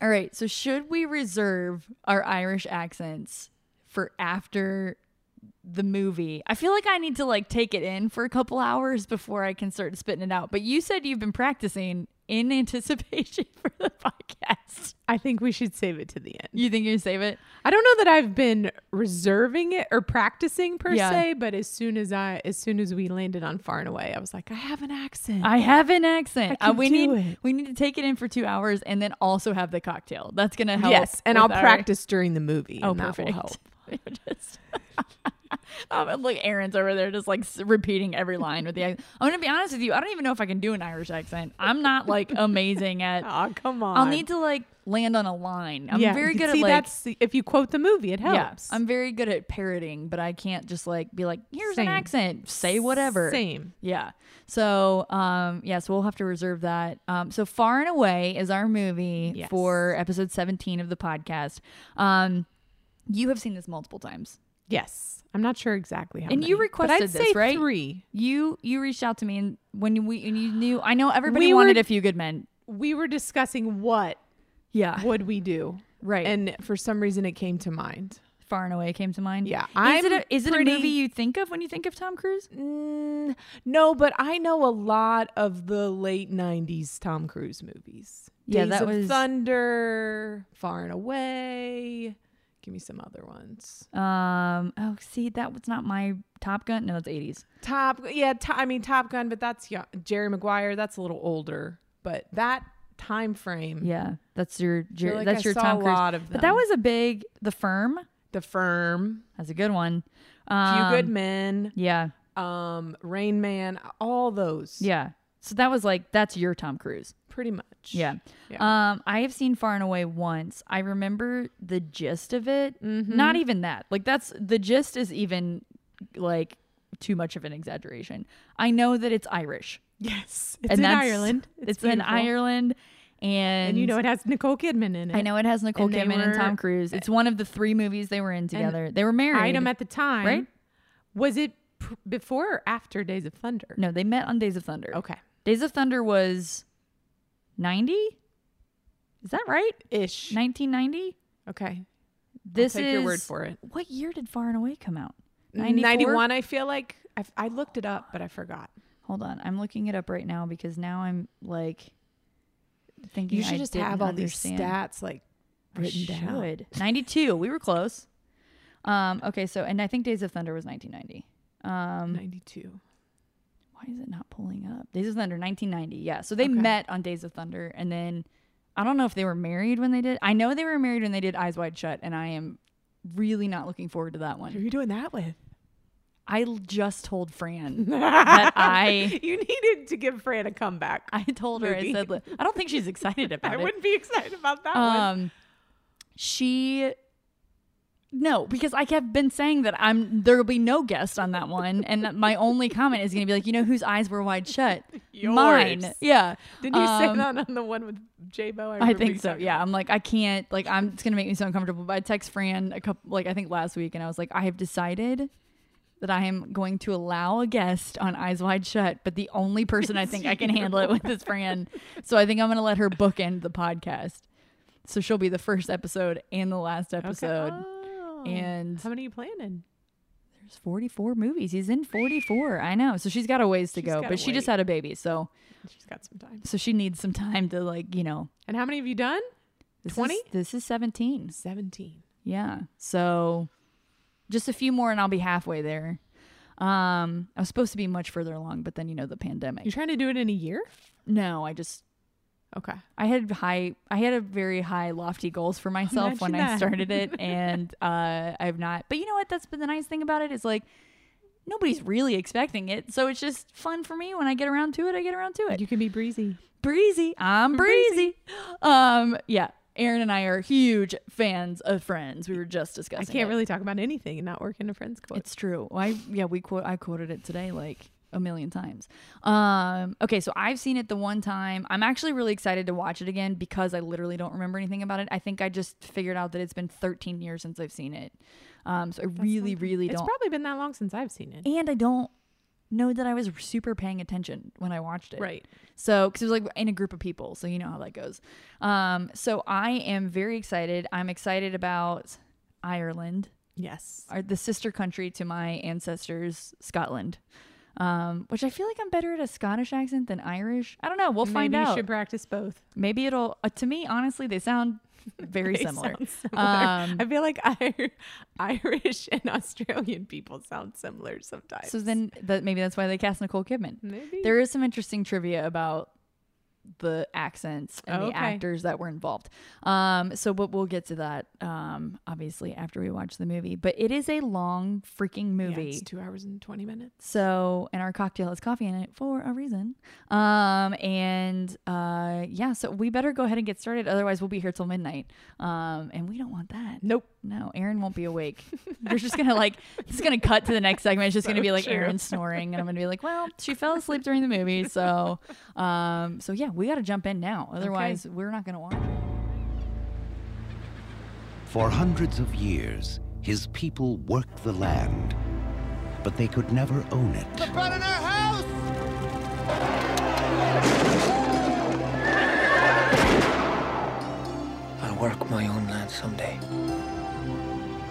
All right. So should we reserve our Irish accents for after the movie? I feel like I need to like take it in for a couple hours before I can start spitting it out. But you said you've been practicing in anticipation for the podcast. I think we should save it to the end. You think you save it? I don't know that I've been reserving it or practicing per Yeah. se, but as soon as I as soon as we landed on far and away, I was like, I have an accent. I have an accent. Uh, I can we do need it. we need to take it in for two hours and then also have the cocktail. That's gonna help. yes, and I'll with our- practice during the movie. Oh, and that perfect. will help. Just- Um, and look, Aaron's over there just like s- repeating every line with the accent. I'm gonna be honest with you. I don't even know if I can do an Irish accent. I'm not like amazing at. Oh, come on. I'll need to like land on a line. I'm Yeah, very you good see, at like. that's if you quote the movie, it Yeah, helps. I'm very good at parroting, but I can't just like be like, here's Same. an accent, say whatever. Same. Yeah. So, um, yes, we'll have to reserve that. Um, so far and away is our movie Yes. for episode 17 of the podcast. Um, you have seen this multiple times. Yes, I'm not sure exactly how. And many, you but requested I'd this, say right? Three. You you reached out to me and when we and you knew I know everybody We wanted were- a few good men. We were discussing what Yeah. would we do, Right. And and for some reason it came to mind. far and away came to mind. Yeah, Is it I'm a, is it pretty- a movie you think of when you think of Tom Cruise? Mm, no, but I know a lot of the late '90s Tom Cruise movies. Yeah, Days that of was- Thunder, Far and Away. Give me some other ones. Um oh see that was not my Top Gun. No, it's 80s. Top, yeah, to, I mean Top Gun, but that's young. Jerry Maguire. That's a little older, but that time frame. Yeah. That's your, feel your like that's I your saw Tom a Cruise. lot of But that them. was a big The Firm. The Firm, That's a good one. Few Um, Good Men, Yeah, um, Rain Man, all those. yeah. So that was like that's your Tom Cruise. pretty much. Yeah. Um, I have seen Far and Away once. I remember the gist of it. Mm-hmm. Not even that. Like that's the gist is even like too much of an exaggeration. I know that it's Irish. yes, it's and in that's, Ireland. It's, in beautiful. Ireland, and, and you know it has Nicole Kidman in it. I know it has Nicole And they Kidman and were- Tom Cruise. It's one of the three movies they were in together. They were married. item at the time. Right? Was it pr- before or after Days of Thunder? no, they met on Days of Thunder. Okay. Days of Thunder was 90? Is that right? Ish. 1990? okay. This take is your word for it. What year did Far and Away come out? 94? 91, I feel like. I, I looked it up, but I forgot. Hold on. I'm looking it up right now because now I'm like thinking You should I just didn't have all understand. these stats like I written down. should. 92. We were close. Um okay, so and I think Days of Thunder was 1990. Um 92. why is it not pulling up? Days of Thunder, 1990. Yeah. So they Okay. met on Days of Thunder, and then I don't know if they were married when they did. I know they were married when they did Eyes Wide Shut, and I am really not looking forward to that Who are one. you doing that with? I l- just told Fran that I you needed to give Fran a comeback. I told her I Movie. said "Look, I don't think she's excited about I it. wouldn't be excited about that one. Um, she. No, because I have been saying that I'm there will be no guest on that one, and that my only comment is going to be like, you know, whose eyes were wide shut, mine. Yours. Yeah. Didn't you say um, that on the one with J Bo? I think so. Yeah, I'm like I can't like I'm it's gonna make me so uncomfortable. But I text Fran a couple like I think last week, and I was like I have decided that I am going to allow a guest on Eyes Wide Shut, but the only person I think I can handle it with is Fran. So I think I'm gonna let her bookend the podcast. So she'll be the first episode and the last episode. Oh. And- how many are you planning? Oh. There's 44 movies. He's in 44. I know. So she's got a ways to She's go, but gotta she just wait. had a baby, so She's got some time. so she needs some time to like you know. And how many have you done? this is- 20? This is 17. 17. Yeah. So just a few more and I'll be halfway there. Um, I was supposed to be much further along, but then you know the pandemic. You're trying to do it in a year? No, I just Okay. I had high I had a very high lofty goals for myself when Imagine I that. started it and uh I've not but you know what that's been the nice thing about it is like nobody's really expecting it. So it's just fun for me when I get around to it, I get around to it. You can be breezy. breezy. I'm breezy. Um yeah. Aaron and I are huge fans of Friends. We were just I discussing. can't it. really talk about anything and not work in a friend's quote. It's true. I yeah, we quote I quoted it today like a million times. Um okay, so I've seen it the one time. I'm actually really excited to watch it again because I literally don't remember anything about it. I think I just figured out that it's been 13 years since I've seen it. Um so I really really It's don't probably been that long since I've seen it. and I don't know that I was super paying attention when I watched it. Right. So, because it was like in a group of people, so you know how that goes. Um, so I am very excited. I'm excited about Ireland, Yes. or the sister country to my ancestors, Scotland. Um, which I feel like I'm better at a Scottish accent than Irish. I don't know. We'll find Maybe You out. should practice both. Maybe it'll. Uh, to me, honestly, they sound very They similar. sound similar. Um, I feel like I- Irish and Australian people sound similar sometimes. So then, that maybe that's why they cast Nicole Kidman. maybe There is some interesting trivia about the accents and Oh, the okay. actors that were involved. Um, so, but we'll get to that um, obviously after we watch the movie. But it is a long freaking Yeah, movie. it's two hours and twenty minutes. so, and our cocktail has coffee in it for a reason. Um, and uh, yeah, so we better go ahead and get started. Otherwise, we'll be here till midnight. Um, and we don't want that. Nope. No, Aaron won't be awake. You're just gonna like it's gonna cut to the next segment. It's just gonna So be like true. Aaron snoring, and I'm gonna be like, well, she fell asleep during the movie, so, um, so yeah, we gotta jump in now. Otherwise, we're not gonna watch. it. For hundreds of years, his people worked the land, but they could never own it. I'll work my own land someday.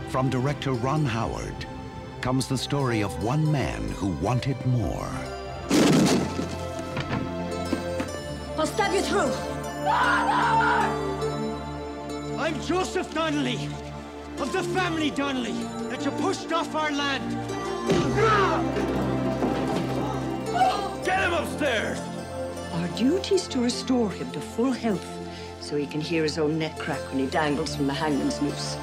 From director Ron Howard comes the story of one man who wanted more. I'll stab you through. I'm Joseph Donnelly of the family Donnelly that you pushed off our land. Get him upstairs! Our duty is to restore him to full health so he can hear his own neck crack when he dangles from the hangman's noose.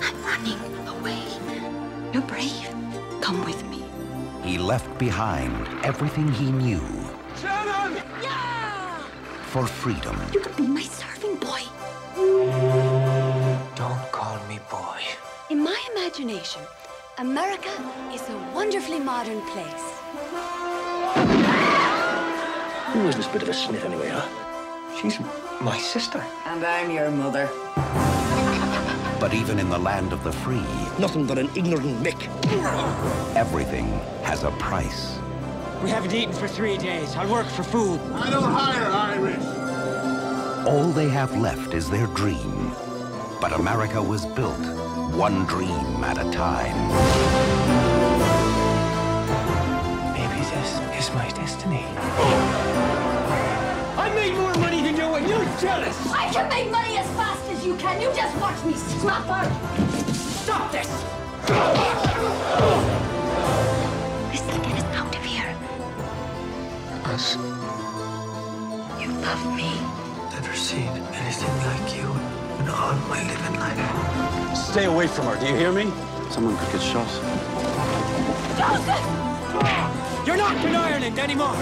I'm running away. You're brave. Come with me. He left behind everything he knew Shannon! Yeah! for freedom. You could be my serving boy. Don't call me boy. In my imagination, America is a wonderfully modern place. Who is this bit of a snit anyway, huh? She's my sister. And I'm your mother. But even in the land of the free, Nothing but an ignorant mick. everything has a price. We haven't eaten for three days. I'll work for food. All they have left is their dream. But America was built one dream at a time. Maybe this is my destiny. I made more money than you and you're jealous! I can make money as fast as you can. You just watch me snapper. Stop this! Let's get us out of here. Us You love me. never seen anything like you in all my living life. Stay away from her, do you hear me? Someone could get shot. Joseph! You're not in Ireland anymore!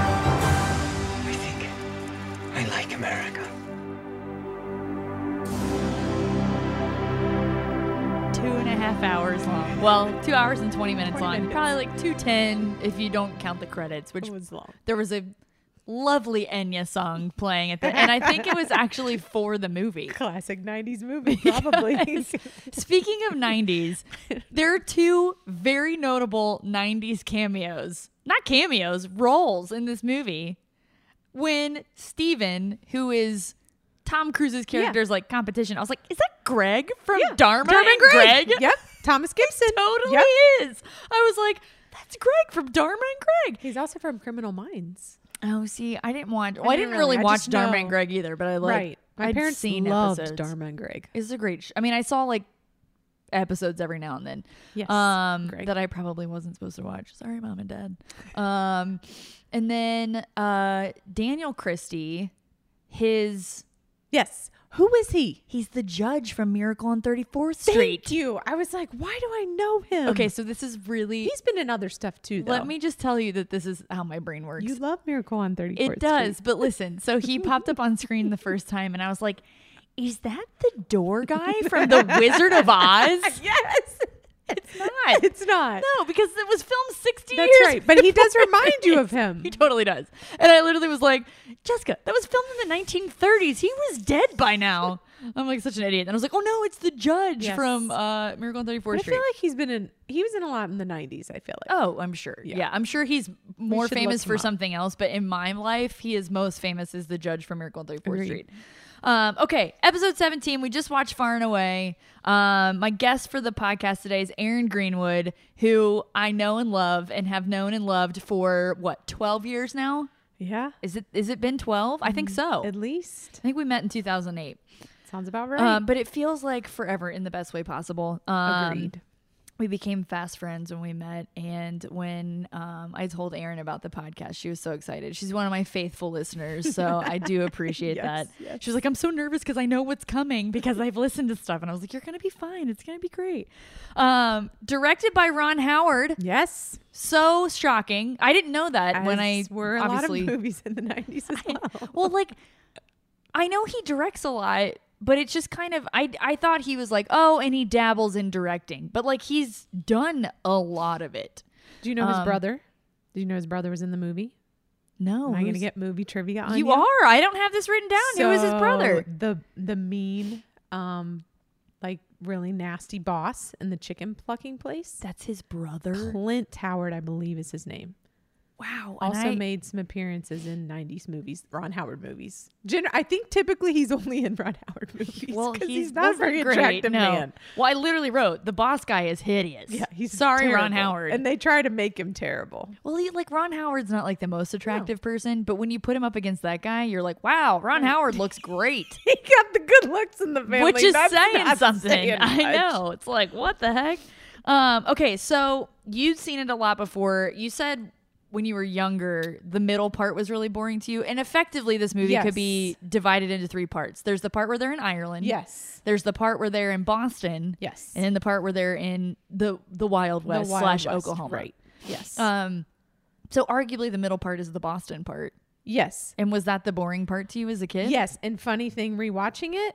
I think I like America. Two and a half hours long. Well, two hours and twenty minutes Oh, 20 long. minutes. Probably like two ten if you don't count the credits, which It was long. there was a lovely Enya song playing at the and I think it was actually for the movie. Classic '90s movie, probably. Yes. Speaking of 90s, there are two very notable 90s cameos, not cameos, roles in this movie. When Steven, who is Tom Cruise's character's like competition, I was like, is that Greg from Dharma, and Greg? Yep. Thomas Gibson. Totally Yep. is. I was like, that's Greg from Dharma and Greg. He's also from Criminal Minds. Oh, see, I didn't watch. Well, I, didn't didn't really really. I watch just Dharma know. and Greg either, but I like. right. My I'd parents seen loved episodes. Dharma and Greg. It's a great. Sh- I mean, I saw like episodes every now and then. Yes, Um, great. that I probably wasn't supposed to watch. Sorry, mom and dad. Um, and then uh, Daniel Christie, his Yes. Who is he? he's the judge from Miracle on Thirty Fourth Thank Street. you. I was like, why do I know him? Okay, so this is really. He's been in other stuff too. Though. let me just tell you that this is how my brain works. You love Miracle on 34th It does, but listen. So he popped up on screen the first time, and I was like, "Is that the door guy from the Wizard of Oz?" Yes. It's not. not. It's not. No, because it was filmed 60 That's years. right, but he does before remind you of this. him. He totally does. And I literally was like, Jessica, that was filmed in the 1930s. He was dead by now. I'm like such an idiot. And I was like, oh no, it's the judge Yes. from uh, Miracle on 34th I Street. feel like he's been in. He was in a lot in the '90s. I feel like. Oh, I'm sure. Yeah. I'm sure he's more should look famous him for up. something else, but in my life, he is most famous as the judge from Miracle on 34th Street. Um, okay, episode 17. We just watched Far and Away. Um, my guest for the podcast today is Aaron Greenwood, who I know and love and have known and loved for what, 12 years now? Yeah. Is it is it been 12? I think so. At I least think we met in 2008. sounds about right. Um, but it feels like forever in the best way possible. Um, Agreed. we became fast friends when we met and when um, i told erin about the podcast she was so excited she's one of my faithful listeners so i do appreciate that she was like i'm so nervous because i know what's coming because i've listened to stuff and i was like you're gonna be fine it's gonna be great um, directed by ron howard yes. so shocking i didn't know that when i as were a lot of obviously movies in the '90s as well. well like i know he directs a lot but it's just kind of i i thought he was like oh and he dabbles in directing but like he's done a lot of it Do you know his um, brother? Do you know his brother was in the movie? no Am I going to who's- get movie trivia on you you? are i don't have this written down who is his brother So, The the mean, um, like really nasty boss in the chicken plucking place. that's his brother Clint Howard, I believe, is his name. wow and Also I- made some appearances in '90s movies, Ron Howard movies. Gen- I think typically he's only in Ron Howard movies. well, 'cause he's, he's not a wasn't very great, attractive no. man. Well, I literally wrote the boss guy is hideous. Yeah, he's sorry, Ron terrible. Howard. and they try to make him terrible. Well, he, like Ron Howard's not like the most attractive person, but when you put him up against that guy, you're like, wow, Ron Howard looks great, He got the good looks in the family, which is That's saying not something. saying I much. know. It's like, what the heck? Um, okay, so you've seen it a lot before. You said when you were younger, the middle part was really boring to you, and effectively, this movie could be divided into three parts. There's the part where they're in Ireland. Yes. There's the part where they're in Boston. Yes. And then the part where they're in the the Wild The West Wild slash West, Oklahoma. right? Yes, Um, so arguably the middle part is the Boston part. yes, And was that the boring part to you as a kid? yes. And funny thing, rewatching it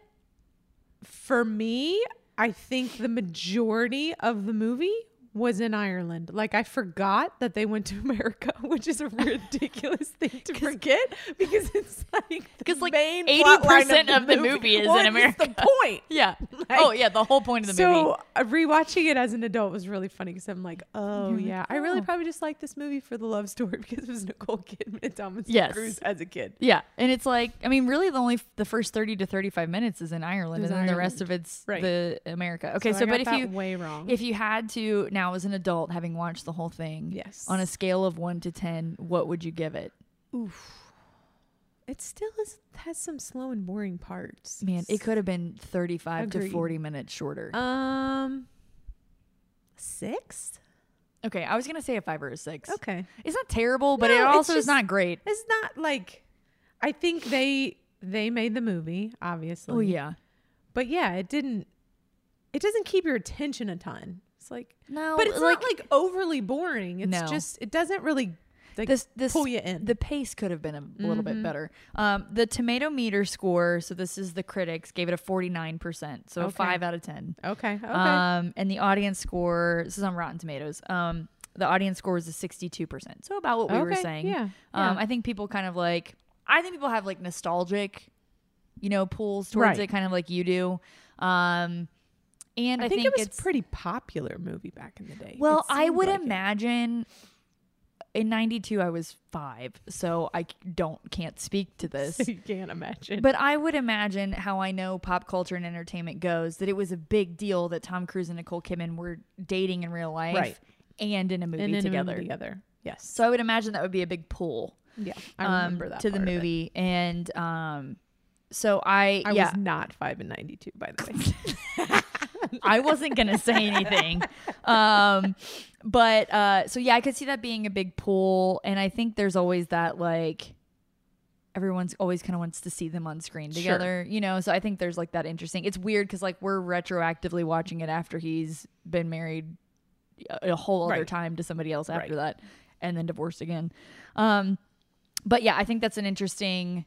for me, I think the majority of the movie was in Ireland. Like I forgot that they went to America, which is a ridiculous thing to forget because it's like Because like main eighty plot line percent of the movie is Well, in it's America. The point. Yeah. Like- oh yeah, the whole point of the movie. So uh, rewatching it as an adult was really funny because I'm like, oh yeah, I really probably just liked this movie for the love story because it was Nicole Kidman and Thomas Yes. Cruise as a kid. Yeah, and it's like I mean, really, the only the first thirty to thirty-five minutes is in Ireland, Is and then the rest of Ireland. it's Right. the America. Okay, so, So I but got if that you way wrong. if you had to now as an adult, having watched the whole thing, Yes. on a scale of one to ten, what would you give it? It still is, has some slow and boring parts. Man, it could have been thirty-five to Agreed. forty minutes shorter. um six. okay, I was gonna say a five or a six. Okay, it's not terrible, but No, it it's also is just- not great. it's not like I think they they made the movie obviously. Oh yeah, but yeah, it didn't. It doesn't keep your attention a ton. It's like No, but it's not like- like overly boring. It's No. just it doesn't really like this this pull you in. Mm-hmm. The pace could have been a little bit better. Um, the tomato meter score, so this is the critics gave it a forty nine percent, so a five out of ten. okay, okay, Um, and the audience score, this is on Rotten Tomatoes. Um, the audience score is a sixty two percent, so about what we were Okay, saying. yeah, Um, yeah. I think people kind of like. I think people have like nostalgic, you know, pulls towards Right. it, kind of like you do. Um, and I, I, think, it was it's pretty popular movie back in the day. well, It I seemed would like it. imagine uh, in 92 I was 5, so I c- don't can't speak to this. you can't imagine. But I would imagine how I know pop culture and entertainment goes that it was a big deal that Tom Cruise and Nicole Kidman were dating in real life Right. and in a movie and together. together, together, yes. So I would imagine that would be a big pull yeah, I um, remember that to the part of it. movie and um so I, I yeah was not five in ninety two, by the way. I wasn't gonna say anything. Um, but uh, so yeah, I could see that being a big pull, and I think there's always that like everyone's always kind of wants to see them on screen together, you know. So I think there's like that interesting. It's weird because like we're retroactively watching it after he's been married a a whole other Right. time to somebody else after Right. that, and then divorced again. Um, but yeah, I think that's an interesting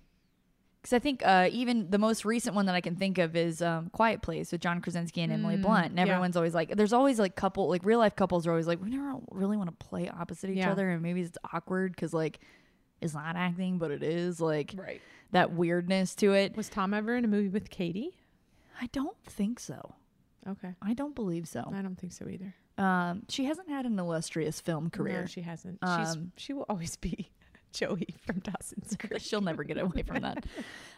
Because I think uh, even the most recent one that I can think of is um, Quiet Place with John Krasinski and Emily Blunt. And Mm, yeah. everyone's always like, there's always like couple, like real life couples are always like, we never really want to play opposite each Yeah. other. And maybe it's awkward because like it's not acting, but it is like Right. that weirdness to it. Was Tom ever in a movie with Katie? I don't think so. Okay. I don't believe so. I don't think so either. Um, she hasn't had an illustrious film career. No, she hasn't. Um, She's she will always be Joey from Dawson's Creek. She'll never get away from that.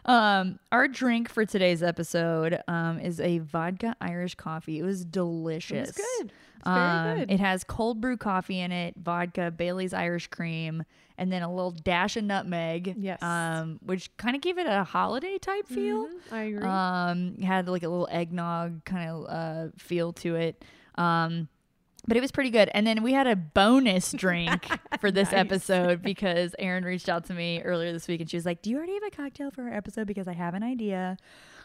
Um, our drink for today's episode um, is a vodka Irish coffee. It was delicious. Um, good. It's very good. It has cold brew coffee in it, vodka, Bailey's Irish cream, and then a little dash of nutmeg. Yes. Mm-hmm. Um, which kind of gave it a holiday type feel. I agree. Um, had like a little eggnog kind of uh, feel to it. Um, but it was pretty good. And then we had a bonus drink for this episode because Erin reached out to me earlier this week and she was like, Do you already have a cocktail for our episode? Because I have an idea.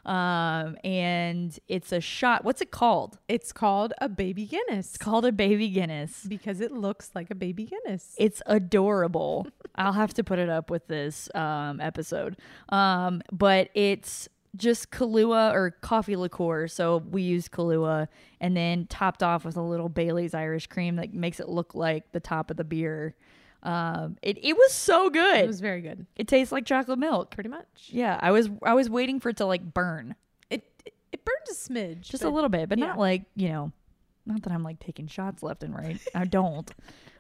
Um, and it's a shot. What's it called? it's called a baby Guinness Called a baby Guinness. because it looks like a baby Guinness. It's adorable. I'll have to put it up with this um, episode. Um, but it's just Kahlua or coffee liqueur. So we use Kahlua and then topped off with a little Bailey's Irish cream that makes it look like the top of the beer. Um, it, it was so good. It It, was very good, tastes like chocolate milk. pretty much. Yeah, I was I was waiting for it to like burn It it, it burned a smidge, just a but little bit, but yeah. not like you know, not that I'm like taking shots left and right. I don't.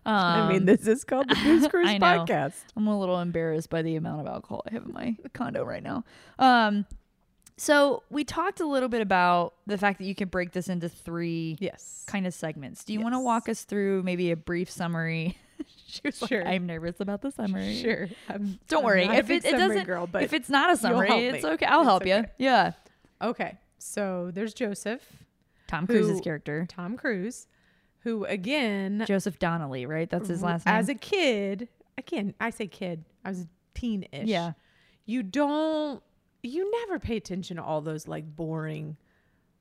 Um, I mean, this is called the Booze Cruise I know. podcast. I'm a little embarrassed by the amount of alcohol I have in my condo right now. Um, so we talked a little bit about the fact that you can break this into three Yes. kind of segments. Do you want to walk us through maybe a brief summary? she was Sure. like, "I'm nervous about the summary." Sure. I'm, Don't I'm worry not a if it, big it summary doesn't. Girl, but if it's not a summary, help it's me. okay. I'll It's help you. okay. Yeah. okay, so there's Joseph, Tom Cruise's who- character, Tom Cruise, who again Joseph Donnelly, right? That's his last name. as a kid again i say kid i was teen-ish Yeah. you don't you never pay attention to all those like boring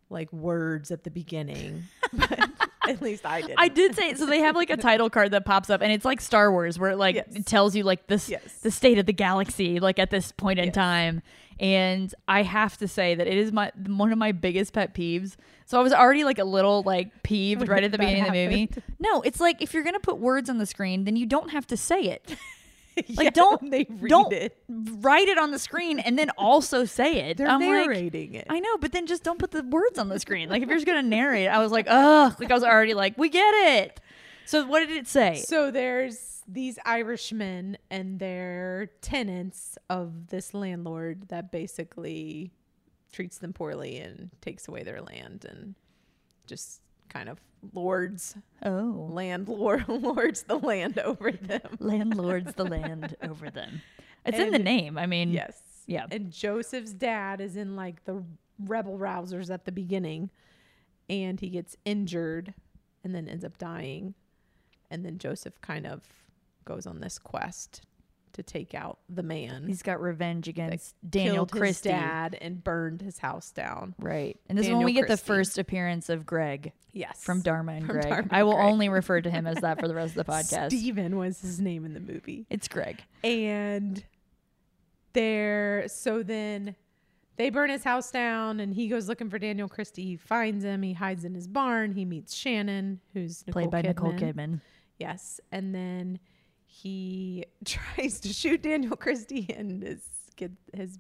like words at the beginning but at least i did I did say so. They have like a title card that pops up, and it's like Star Wars, where it like Yes. it tells you like this Yes. the state of the galaxy, like at this point in time. And I have to say that it is my one of my biggest pet peeves. So I was already like a little like peeved right at the that beginning of the happened. movie. No, it's like if you're gonna put words on the screen, then you don't have to say it. Like Yeah, don't they read don't it. write it on the screen and then also say it. They're I'm like, narrating it. I know, but then just don't put the words on the screen. Like if you're just gonna narrate, I was like, ugh, like I was already like, we get it. So what did it say? so there's these irishmen and they're tenants of this landlord that basically treats them poorly and takes away their land and just kind of lords oh, landlord lords the land over them landlords the land over them. It's in the And- name. I mean, Yes. Yeah. And Joseph's dad is in like the rebel rousers at the beginning and he gets injured and then ends up dying. And then Joseph kind of goes on this quest to take out the man. he's got revenge against Daniel killed his Christie. dad and burned his house down. Right, and this is when Daniel we get Christie. the first appearance of Greg Yes. from Dharma and From Greg. Dharma I and will Greg. only refer to him as that for the rest of the podcast. Steven was his name in the movie. It's Greg. and there so then they burn his house down and he goes looking for Daniel Christie. He finds him, he hides in his barn, he meets Shannon, who's Nicole Played by Kidman. Nicole Kidman. Yes. And then he tries to shoot Daniel Christie and his get his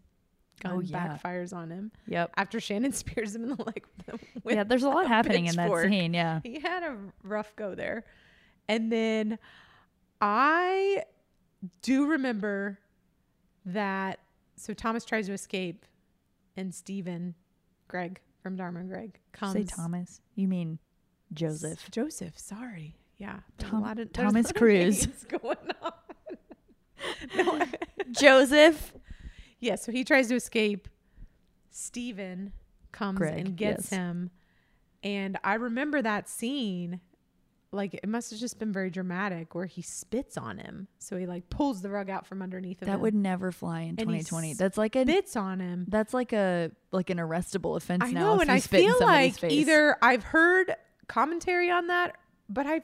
gun Oh, yeah. backfires on him. Yep. After Shannon spears him in the leg with, with Yeah, there's a lot happening in that pitchfork scene. Yeah. he had a rough go there. And then I do remember that so Thomas tries to escape and Stephen Greg from Dharma and Greg comes Say Thomas. You mean Joseph. Joseph, sorry. Yeah. there's Tom- Thomas of- there's a lot of Cruise. names going on. No, I- Joseph. yeah, so he tries to escape. Steven comes Greg, and gets yes. him. And I remember that scene. Like it must have just been very dramatic where he spits on him. So he like pulls the rug out from underneath him. That and would never fly in And he 2020. That's like a spits on him. that's like a like an arrestable offense I now. know, if and you I spit in feel somebody's like face. either I've heard commentary on that, but I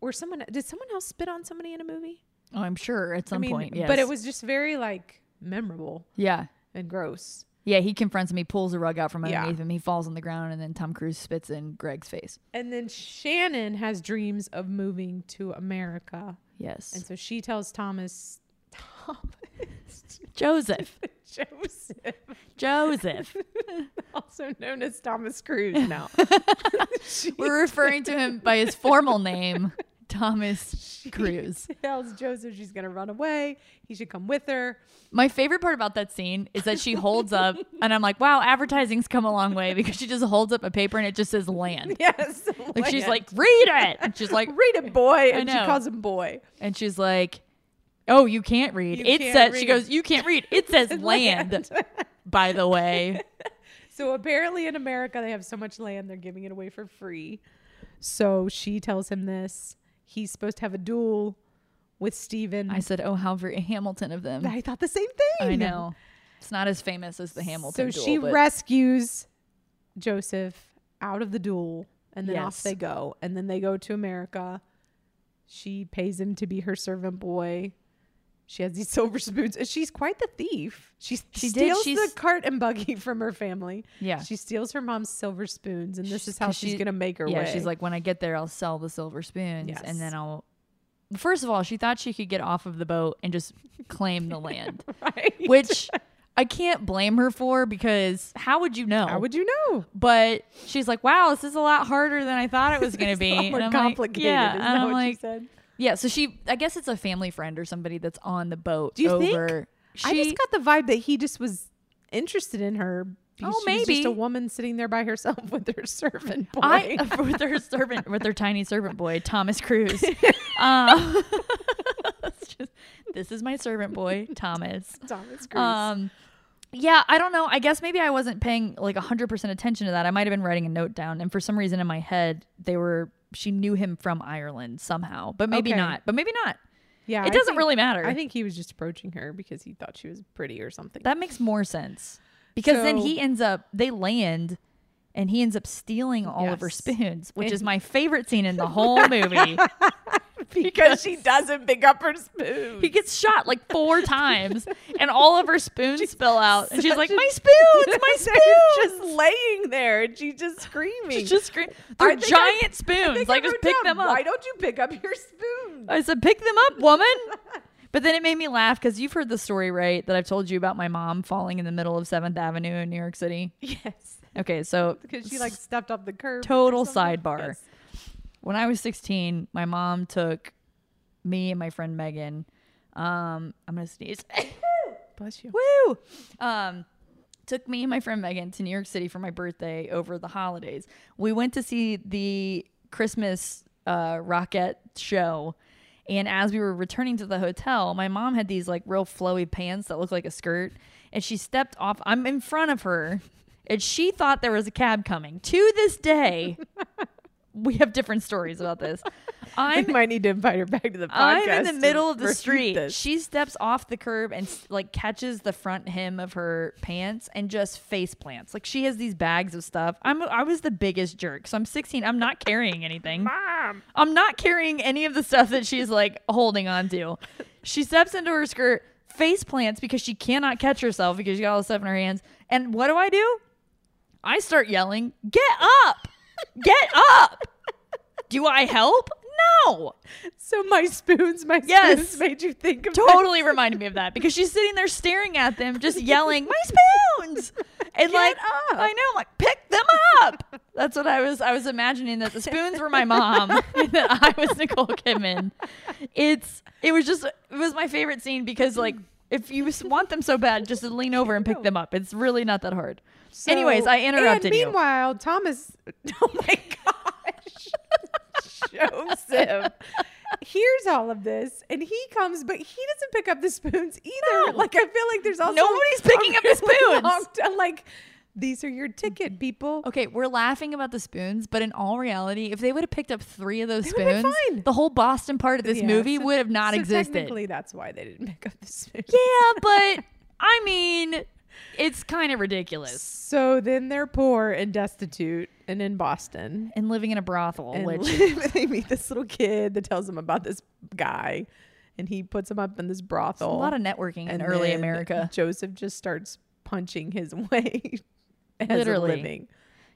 or someone did someone else spit on somebody in a movie? Oh, I'm sure at some I mean, point. Yes. but it was just very like memorable. yeah. and gross. Yeah, he confronts him. He pulls the rug out from Yeah. underneath him. He falls on the ground, and then Tom Cruise spits in Greg's face. And then Shannon has dreams of moving to America. Yes, And so she tells Thomas, Thomas Joseph, Joseph, Joseph. also known as Thomas Cruise now. We're referring to him by his formal name, Thomas Cruise. tells Joseph she's going to run away. He should come with her. My favorite part about that scene is that she holds up, and I'm like, wow, advertising's come a long way because she just holds up a paper and it just says land. Yes. Like she's land. like, read it. And she's like, read it, boy. And she know. calls him boy. and she's like, oh, you can't read. You it can't says she read. goes, you can't read. It says land. By the way, So apparently in America, they have so much land, they're giving it away for free. So she tells him this. He's supposed to have a duel with Steven. I said, oh, how very Hamilton of them. I thought the same thing. I know. It's not as famous as the Hamilton. so duel, she but- rescues Joseph out of the duel, and then off Yes. they go. And then they go to America. She pays him to be her servant boy. She has these silver spoons. and She's quite the thief. She, She did. steals She's- the cart and buggy from her family. Yeah. She steals her mom's silver spoons, and this is how 'Cause she's she- going to make her yeah, way. she's like, when I get there, I'll sell the silver spoons, Yes. and then I'll. First of all, she thought she could get off of the boat and just claim the land, right? which I can't blame her for because how would you know? How would you know? but she's like, "Wow, this is a lot harder than I thought it was going to be." More And I'm like, complicated. yeah, Isn't and that I'm what like, she said? yeah. So she, I guess it's a family friend or somebody that's on the boat. Do you think? over. I She- just got the vibe that he just was interested in her. Because Oh, she was just a maybe. woman sitting there by herself with her servant boy. I uh, with her servant with her tiny servant boy Thomas Cruise. um, it's just, this is my servant boy Thomas. Thomas Cruise. Um, yeah, I don't know. I guess maybe I wasn't paying like hundred percent attention to that. I might have been writing a note down, and for some reason in my head they were she knew him from Ireland somehow, but maybe Okay. not. But maybe not. yeah, it I doesn't think- really matter. I think he was just approaching her because he thought she was pretty or something. That makes more sense because then So- he ends up they land. And he ends up stealing all of her Yes. spoons, which is And- my favorite scene in the whole movie. because she doesn't pick up her spoon. He gets shot like four times, and all of her spoons spill out. And she's such like, a- "My spoons, my They're spoons!" just laying there, and she's just screaming. She's just scream. They're think I- giant I spoons. think Like, I just wrote pick down, them up. Why don't you pick up your spoon? I said, "Pick them up, woman." But then it made me laugh because you've heard the story, right? That I've told you about my mom falling in the middle of Seventh Avenue in New York City. Yes, Okay, so because she like stepped off the curb. or total something. sidebar. Yes. When I was 16, my mom took me and my friend Megan. Um, I'm gonna sneeze. Bless you. Woo! Um, took me and my friend Megan to New York City for my birthday over the holidays. We went to see the Christmas uh, rocket show. And as we were returning to the hotel, my mom had these like real flowy pants that looked like a skirt. And she stepped off. I'm in front of her. And she thought there was a cab coming. To this day, we have different stories about this. I'm We might need to invite her back to the I'm podcast. in the to middle of the refute street. this. She steps off the curb and s- like catches the front hem of her pants and just face plants. Like she has these bags of stuff. I'm I was the biggest jerk. So I'm 16. I'm not carrying anything. Mom, I'm not carrying any of the stuff that she's like holding on to. She steps into her skirt, face plants because she cannot catch herself because she got all the stuff in her hands. And what do I do? I start yelling, "Get up! Get up!" Do I help? No. So my spoons, my Yes. spoons made you think of totally reminded me of that because she's sitting there staring at them, just yelling, "My spoons!" And like, up. I know, I'm like, pick them up. That's what I was. I was imagining that the spoons were my mom, and that I was Nicole Kidman. It's. It was just. It was my favorite scene because like. If you s- want them so bad, just lean over and pick them up. It's really not that hard. So- Anyways, I interrupted And meanwhile, Thomas, oh my gosh, Joseph hears all of this, and he comes, but he doesn't pick up the spoons either. No. Like I feel like there's also Nobody's picking up the spoons. spoons. Like these are your ticket, people. you. Okay, we're laughing about the spoons, but in all reality, if they would have picked up three of those It would've been spoons, fine. the whole Boston part of this Yeah, movie so- would have not so existed. Technically, that's why they didn't pick up the spoons. Yeah, but I mean, it's kind of ridiculous. So then they're poor and destitute, and in Boston. And living in a brothel, and which they meet this little kid that tells them about this guy, and he puts him up in this brothel. a lot of networking in early then America. Joseph just starts punching his way as Literally. a living.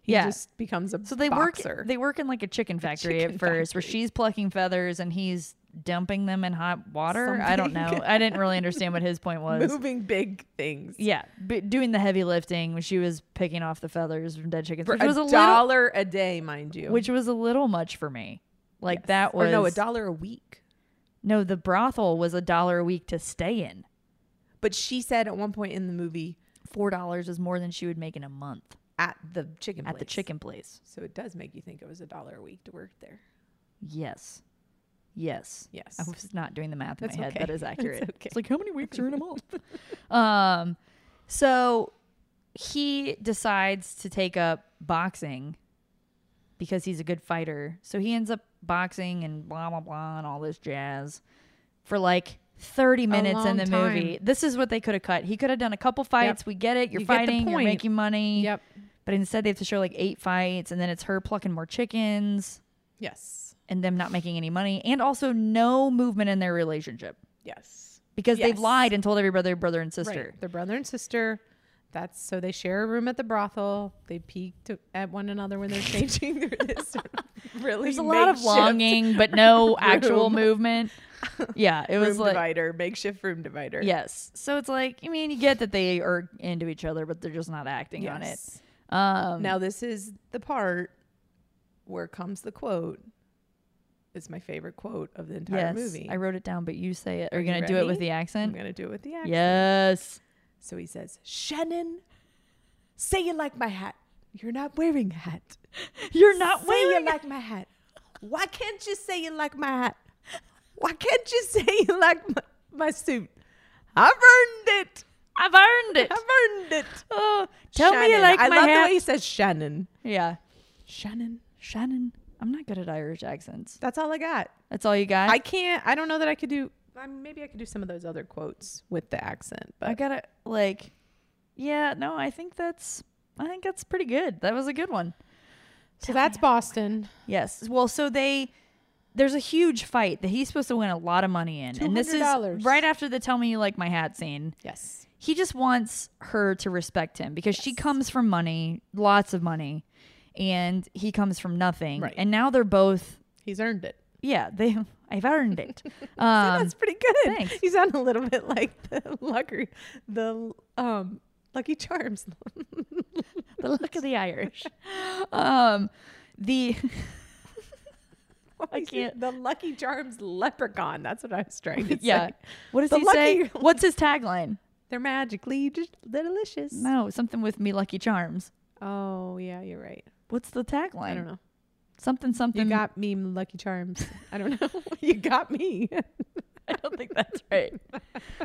He Yeah. just becomes a So they boxer. work. They work in like a chicken factory chicken at first, where factory. she's plucking feathers and he's dumping them in hot water. I don't know. Something. I didn't really understand what his point was. moving big things. Yeah, b- doing the heavy lifting when she was picking off the feathers from dead chickens, For which was a a, little, dollar a day, mind you. which was a little much for me. Like that was or no, a dollar a week. No, the brothel was a dollar a week to stay in. But she said at one point in the movie Four dollars is more than she would make in a month at the chicken at the place. chicken place. So it does make you think it was a dollar a week to work there. Yes. Yes. Yes. I was not doing the math in That's my head. okay. That is That's accurate. okay. It's like how many weeks are in a month? um so he decides to take up boxing because he's a good fighter. So he ends up boxing and blah blah blah and all this jazz for like 30 minutes in long the movie. This is what they could have cut. He could have done a couple fights. We get it. You're You get the fighting, you're point. making money. But instead they have to show like eight fights and then it's her plucking more chickens Yes. and them not making any money and also no movement in their relationship Yes. because they've Yes. lied and told everybody they're brother and sister. Right. They're brother and sister. That's so they share a room at the brothel. They peek to, at one another when they're changing their this sort of really There's a lot of makeshift longing but no actual room. movement. Yeah, it room was like divider, makeshift room divider. yes. So it's like I mean you get that they are into each other but they're just not acting on it. Yes. Um, now this is the part where comes the quote. It's my favorite quote of the entire Yes. movie. I wrote it down but you say it. Are, you you going to do it with ready? the I'm accent? gonna do it with the accent. Yes. So he says, Shannon, say you like my hat. You're not wearing a hat. You're not say you wearing it. like my hat. Why can't you say you like my hat? Why can't you say you like my, my suit? I've earned it. I've earned it. I've earned it. Oh, tell me you Shannon. like I my love hat. the way he says Shannon. yeah. Shannon. Shannon, I'm not good at Irish accents. That's all I got. That's all you got? I can't. I don't know that I could do. I maybe I could do some of those other quotes with the accent, but I gotta like, yeah, no, I think that's I think that's pretty good. That was a good one. so that's Boston. Yes. Well, so they there's a huge fight that he's supposed to win a lot of money in, and this $200. is right after the "Tell Me You Like My Hat" scene. Yes. He just wants her to respect him because she comes from money, lots of money, and he comes from nothing. Right. And now they're both, He's earned it. yeah, they I've earned it. So Um, that's pretty good. thanks. You sound a little bit like the lucky, the um, Lucky Charms. the luck of the Irish. Um, the I can't- The Lucky Charms leprechaun. That's what I was trying to yeah, say. what does The he say? lucky- What's his tagline? They're magically just delicious. No, something with me lucky charms. Oh yeah, you're right. What's the tagline? I don't know. Something You something. got me Lucky Charms. I don't know. you got me. I don't think that's right.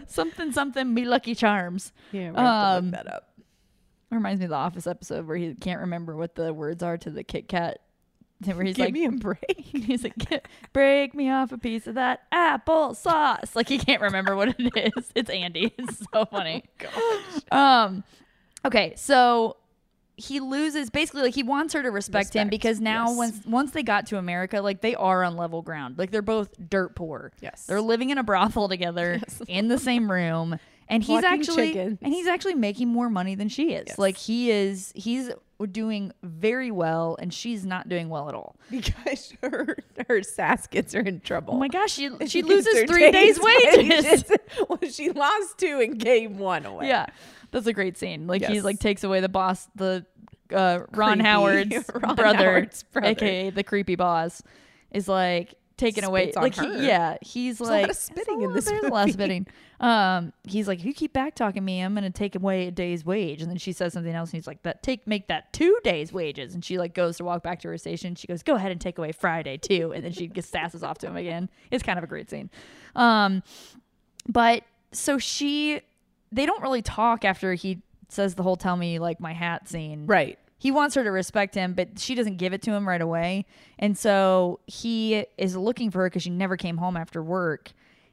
something something me lucky charms. Yeah, we Um, that up. Reminds me of the Office episode where he can't remember what the words are to the Kit Kat. Where he's Give like, me a break. he's like, "Get- break me off a piece of that apple sauce. Like he can't remember what it is. It's Andy. It's Oh, so funny. Um, okay, so he loses basically like he wants her to respect, him Respect, because now yes. once once they got to America, like they are on level ground. Like they're both dirt poor. Yes. They're living in a brothel together in the same room. And he's Plucking actually chickens. and he's actually making more money than she is. Like he is he's doing very well and she's not doing well at all. because her her sass gets her in trouble. Oh my gosh, she she These loses are three days' wages. well, she lost two and gave one away. Yeah, that's a great scene. Like he Yes. like takes away the boss, the uh, Ron Creepy Howard's Ron brother, Howard's brother. aka the creepy boss, is like taken away. Spits on Like her. he, yeah, he's a lot like of spitting in this There's a lot of spitting. Um, he's like, if you keep back talking me, I'm gonna take away a day's wage. And then she says something else, and he's like, that take make that two days' wages. And she like goes to walk back to her station. She goes, go ahead and take away Friday too. And then she gets sasses off to him again. It's kind of a great scene. Um, but so she, they don't really talk after he says the whole tell me like my hat scene. Right. He wants her to respect him, but she doesn't give it to him right away. And so he is looking for her because she never came home after work.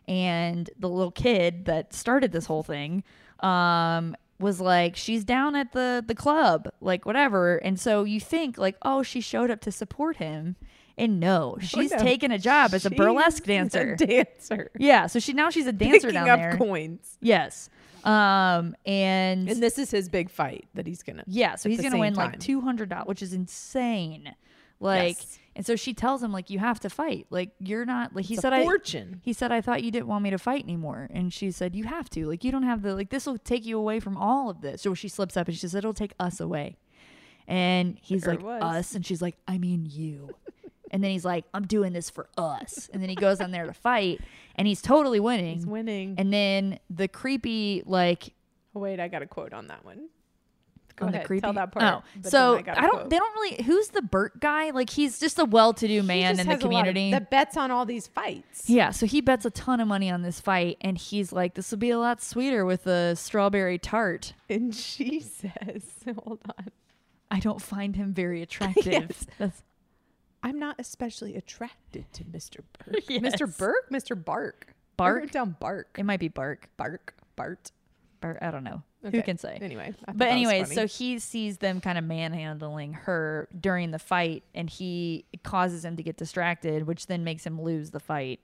And the little kid that started this whole thing um, was like, she's down at the, the club, like whatever. And so you think, like, oh, she showed up to support him. And no, she's Oh, no. taking a job as a burlesque She's dancer. A dancer. Yeah, so she now she's a dancer Picking down up there. coins. Yes. Um, and, And this is his big fight that he's gonna. yeah, so at he's the gonna same win time. like two hundred dollars, which is insane. Like, Yes. and so she tells him like you have to fight. Like you're not like he It's a said I fortune. He said I thought you didn't want me to fight anymore, and she said you have to. Like you don't have the like this will take you away from all of this. So she slips up and she says it'll take us away, and he's Sure like was. us, and she's like I mean you. And then he's like, I'm doing this for us. And then he goes on there to fight, and he's totally winning. He's winning. And then the creepy, like, Oh, wait, I got a quote on that one. Go on ahead, the creepy. tell that part. but Oh, then so I, got a don't. quote. They don't really. Who's the Burt guy? Like he's just a well-to-do He man just in the has a lot of- community. that bets on all these fights. yeah, so he bets a ton of money on this fight, and he's like, "This will be a lot sweeter with a strawberry tart." And she says, "Hold on, I don't find him very attractive. Yes. That's- I'm not especially attracted to Mr. Burke. Mr. Burke, Mr. Bark, I Bark? wrote down Bark, it might be Bark. Bark, Bart. Bart. I don't know. Okay, Who can say? Anyway, I thought but that was anyway, funny. so he sees them kind of manhandling her during the fight, and he it causes him to get distracted, which then makes him lose the fight.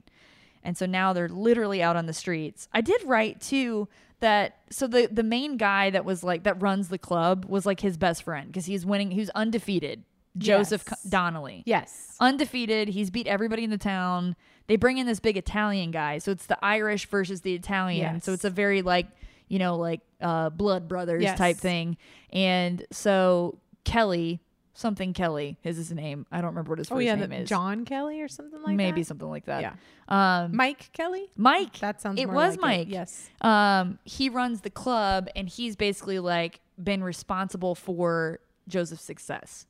And so now they're literally out on the streets. I did write too that so the the main guy that was like that runs the club was like his best friend because he's winning, he's undefeated. Joseph Yes. Co- Donnelly, yes, undefeated. He's beat everybody in the town. They bring in this big Italian guy, so it's the Irish versus the Italian. So Yes. it's a very like you know like uh, blood brothers Yes. type thing. And so Kelly, something Kelly is his name. I don't remember what his first oh yeah, name the- is. John Kelly or something like that. maybe something like that. Yeah. Um, Mike Kelly. Mike. That sounds. It more was like Mike. Yes. Um, he runs the club, and he's basically like been responsible for Joseph's success.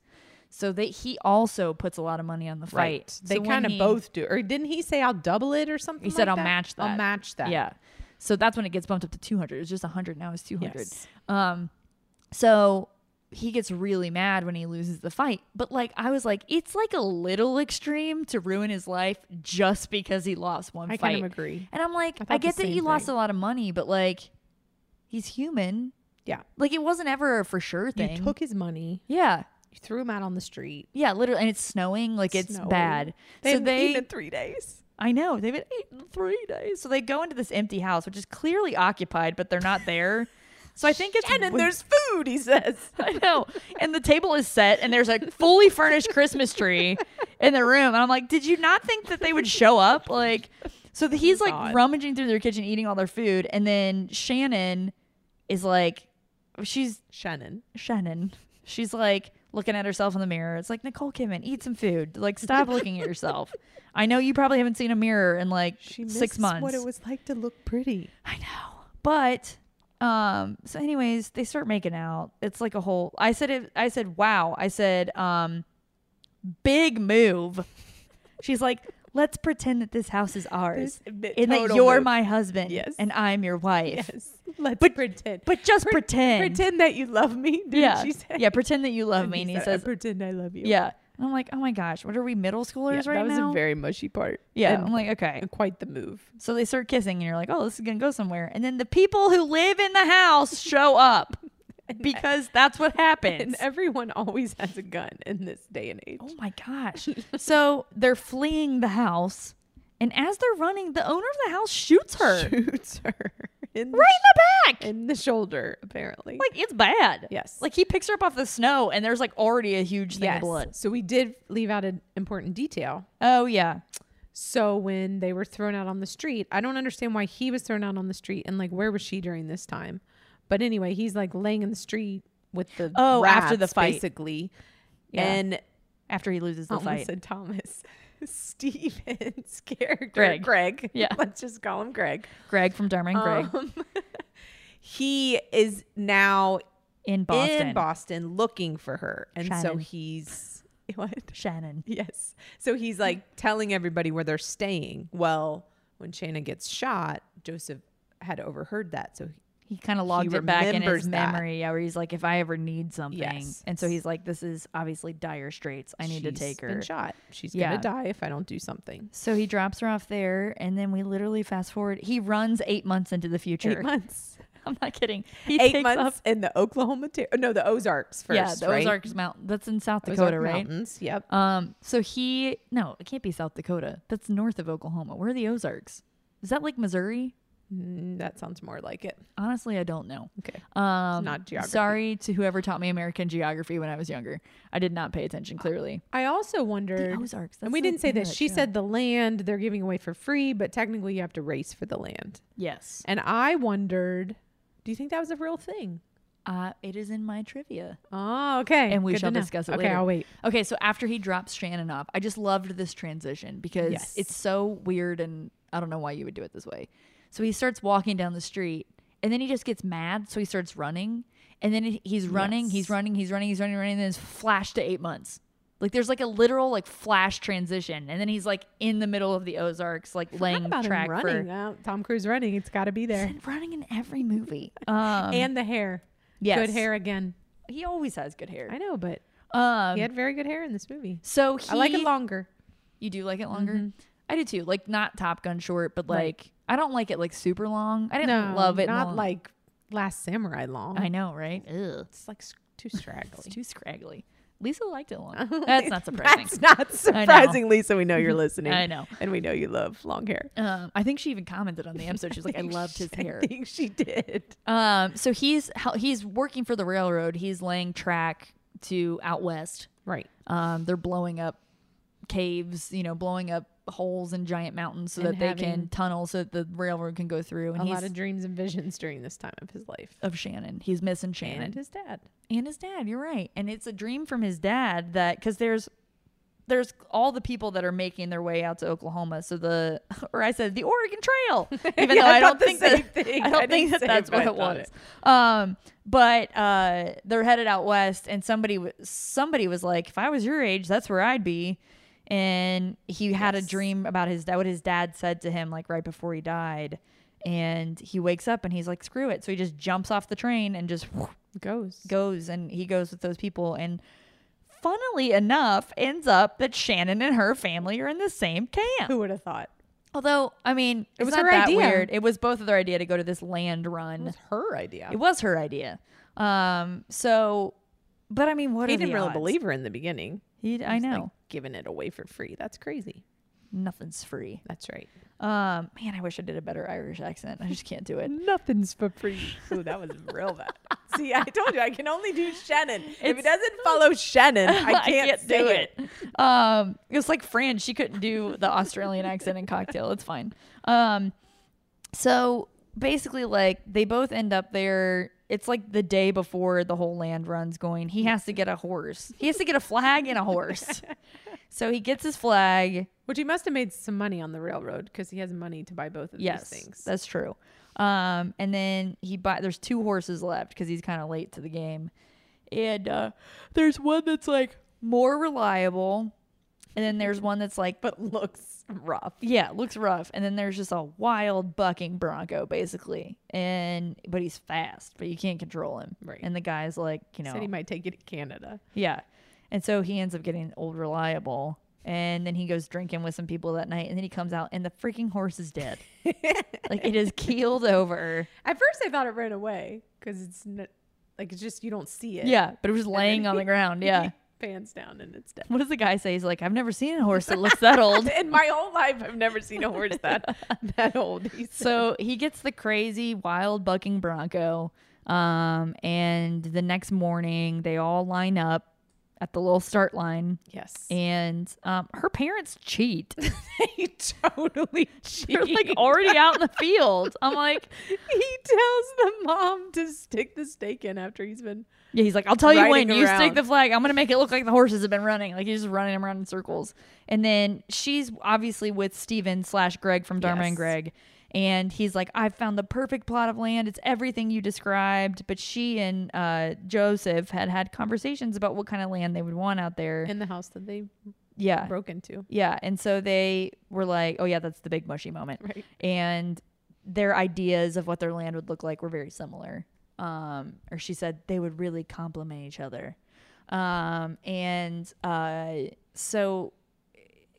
So they he also puts a lot of money on the fight. Right. They So when kind of he- both do. Or didn't he say I'll double it or something? He said, like "I'll that? match that. I'll match that. Yeah. So that's when it gets bumped up to 200. It's just 100 now. It's 200. Yes. Um, so he gets really mad when he loses the fight. But like I was like, it's like a little extreme to ruin his life just because he lost one I fight. kind of agree. And I'm like, I thought I, the get that he same lost thing. a lot of money, but like, he's human. Yeah. Like it wasn't ever a for sure thing. You took his money. yeah. You threw him out on the street. Yeah, literally, and it's snowing. Like it's Snow. bad. They so haven't they eaten in three days. I know. They've been eating three days. So they go into this empty house, which is clearly occupied, but they're not there. So I think it's And then there's food. He says. I know. And the table is set and there's a fully furnished Christmas tree in the room. And I'm like, did you not think that they would show up? Like so that he's like Oh God. rummaging through their kitchen eating all their food and then Shannon is like she's Shannon. Shannon. She's like looking at herself in the mirror. It's like Nicole Kidman, eat some food. Like stop looking at yourself. I know you probably haven't seen a mirror in like She missed six months. What it was like to look pretty. I know, but um. So, anyways, they start making out. It's like a whole. I said it. I said, wow. I said, um, big move. She's like. Let's pretend that this house is ours, This- the and that total you're move. my husband, Yes. and I'm your wife. Yes. Let's But- pretend. but just Pre- pretend. Pretend that you love me. Didn't Yeah, She said. yeah. Pretend that you love And me, he and he said, I says, pretend I love you. "Yeah." And I'm like, "Oh my gosh, what are we middle Yeah, schoolers right that was now?" a very mushy part. yeah, And I'm like, okay. quite the move. So they start kissing, and you're like, oh, this is going to go somewhere. And then the people who live in the house show up because that's what happens. e And everyone always has a gun in this day and age. oh my gosh. so they're fleeing the house. And as they're running, the owner of the house shoots her right in Shoots her in the, the back. in the shoulder, apparently. like, it's bad. Yes. Like, he picks her up off the snow, and there's like already a huge thing of blood. So we did leave out an important detail. Oh, yeah. So when they were thrown out on the street, I don't understand why he was thrown out on the street and like where was she during this time? But anyway, he's like laying in the street with the Oh, after the rats, fight. basically, Yeah. and After he loses the almost fight. said Thomas Steven's character Greg. Greg. Yeah. let's just call him Greg. Greg from Darman Greg Um, he is now in Boston. in Boston looking for her. And so Shannon. he's what? Shannon. Yes. So he's like telling everybody where they're staying. Well, when Shana gets shot, Joseph had overheard that. So He kind of logged it back in his remembers that. memory, yeah, where he's like, if I ever need something. Yes. And so he's like, this is obviously dire straits. I need to she's take her. Been shot. She's Yeah. gonna die if I don't do something. So he drops her off there, and then we literally fast forward. He runs eight months into the future. Eight months. I'm not kidding. He Eight takes months off- in the Oklahoma. Ter- no, the Ozarks first. yeah, the right? Ozarks Mountain. That's in South Ozark Dakota, right? Mountains. Yep. Um. So he no, it can't be South Dakota. That's north of Oklahoma. Where are the Ozarks? Is that like Missouri? Mm, That sounds more like it. Honestly, I don't know. Okay. Um, not geography. Sorry to whoever taught me American geography when I was younger. I did not pay Ah, attention clearly. I also wondered. Ozarks, and that's we the didn't say name of this. that She show. said the land they're giving away for free, but technically you have to race for the land. Yes. And I wondered, do you think that was a real thing? Uh, it is in my trivia. Oh, okay. And we Good to shall know. discuss it Okay, later. I'll wait. Okay, so after he drops Shannon off, I just loved this transition because Yes. it's so weird and I don't know why you would do it this way. So he starts walking down the street and then he just gets mad. So he starts running and then he- he's running, he's running, he's running, he's running, running, and then it's flash to eight months. Like there's like a literal like flash transition. And then he's like in the middle of the Ozarks, like Think laying about him track running. for Uh, Tom Cruise running. It's got to be there. running in every movie. Um, and the hair. yes. Good hair again. he always has good hair. I know, but Um, he had very good hair in this movie. so he I like it longer. You do like it longer? Mm-hmm. I do too. Like not Top Gun short, but like I don't like it like super long. I didn't No, love it. Not long. like Last Samurai long. I know, right? Ugh. It's like s- too straggly. It's too scraggly. Lisa liked it long. That's not surprising. That's not know. surprising, Lisa. We know you're listening. I know. and we know you love long hair. um, I think she even commented on the episode. She's like, "I loved his hair." I think she did. Um, so he's hel- he's working for the railroad. He's laying track to out west. Right. Um, they're blowing up caves, you know, blowing up holes in giant mountains so And that they can having- tunnel so that the railroad can go through. And A he's Oh, lot of dreams and visions during this time of his life, of Shannon. He's missing Shannon. and his dad. and his dad you're right and it's a dream from his dad that because there's there's all the people that are making their way out to Oklahoma. So the, or I said the Oregon Trail, even Yeah, though I I don't thought the think same that thing. I I don't think didn't that say it, that's but what I it thought was. it. Um, but uh, they're headed out west, and somebody w- somebody was like, if I was your age, that's where I'd be. And he had a dream about his dad, what his dad said to him, like right before he died. And he wakes up and he's like, screw it. So he just jumps off the train and just Goes. goes and he goes with those people and funnily enough ends up that Shannon and her family are in the same camp. Who would have thought? Although, I mean, it was was not her that idea. weird. It was both of their idea to go to this land run. Her idea. It was her idea. Um so but I mean, what He are didn't the really odds? believe her in the beginning. He, I He's, know. like, giving it away for free. That's crazy. Nothing's free. That's right. Um man, I wish I did a better Irish accent. I just can't do it. Nothing's for free. Ooh, that was real bad. See, I told you I can only do Shannon. if It's- it doesn't follow Shannon, I can't, say do it. it. Um, it was like Fran. She couldn't do the Australian accent in Cocktail. It's fine. Um, so basically, like they both end up there. It's like the day before the whole land run's going. He has to get a horse. He has to get a flag and a horse. so he gets his flag. Which he must have made some money on the railroad because he has money to buy both of Yes, these things. that's true. Um, and then he buy. There's two horses left because he's kind of late to the game, and uh, there's one that's like more reliable, and then there's one that's like, but looks rough. yeah, looks rough, and then there's just a wild bucking bronco basically, and but he's fast, but you can't control him. Right. And the guy's like, you know, Said he might take you to Canada. yeah. And so he ends up getting old reliable. And then he goes drinking with some people that night. And then he comes out, and the freaking horse is dead. like it is keeled over. At first, I thought it ran away because it's n- like it's just you don't see it. Yeah. But it was laying on the ground. Yeah. Pans down and it's dead. What does the guy say? He's like, I've never seen a horse that looks that old. In my whole life, I've never seen a horse that that old. He said. so he gets the crazy, wild bucking bronco. Um, and the next morning, they all line up at the little start line. yes, And um, her parents cheat. he totally They're cheated. like already out in the field. I'm like, he tells the mom to stick the stake in after he's been. Yeah, he's like, I'll tell you when riding you around. stick the flag. I'm gonna make it look like the horses have been running. Like he's just running them around in circles. And then she's obviously with Steven slash Greg from Dharma Yes. and Greg. And he's like, I've found the perfect plot of land. It's everything you described. But she and uh, Joseph had had conversations about what kind of land they would want out there. in the house that they yeah. broke into. Yeah. And so they were like, oh, yeah, that's the big mushy moment. Right. And their ideas of what their land would look like were very similar. Um, or she said they would really complement each other. Um, and uh, so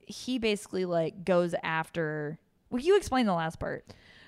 he basically like goes after. Will you explain the last part?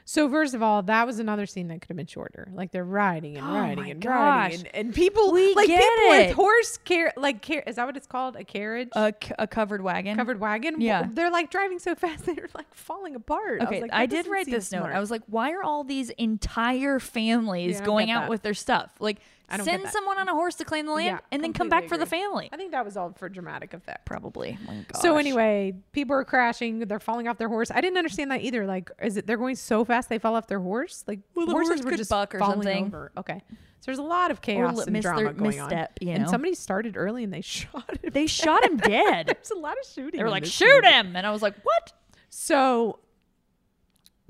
So first of all, that was another scene that could have been shorter. Like they're riding and riding Oh my and gosh. riding, and, and people We like get people it. with horse car like car- is that what it's called? A carriage, A, c- a covered wagon. covered wagon. yeah. they're like driving so fast they're like falling apart. Okay, I, was like, did write this note. I was like, why are all these entire Yeah, I families don't going get out that. with their stuff? Like, I don't get send that. someone on a horse to claim the land and then come back for the family. I think that was all for dramatic effect. Probably. Oh my So gosh. anyway, people are crashing. They're falling off their horse. I didn't understand that either. Like, is it they're going so fast they fell off their horse? Like, Well, the horses horse were could just buck or falling something. over. Okay, so there's a lot of chaos li- and mis- drama their- going misstep, on. you And know? somebody started early and they shot him. They shot him dead. there's a lot of shooting. They were in like, this shoot movie. him. And I was like, what? So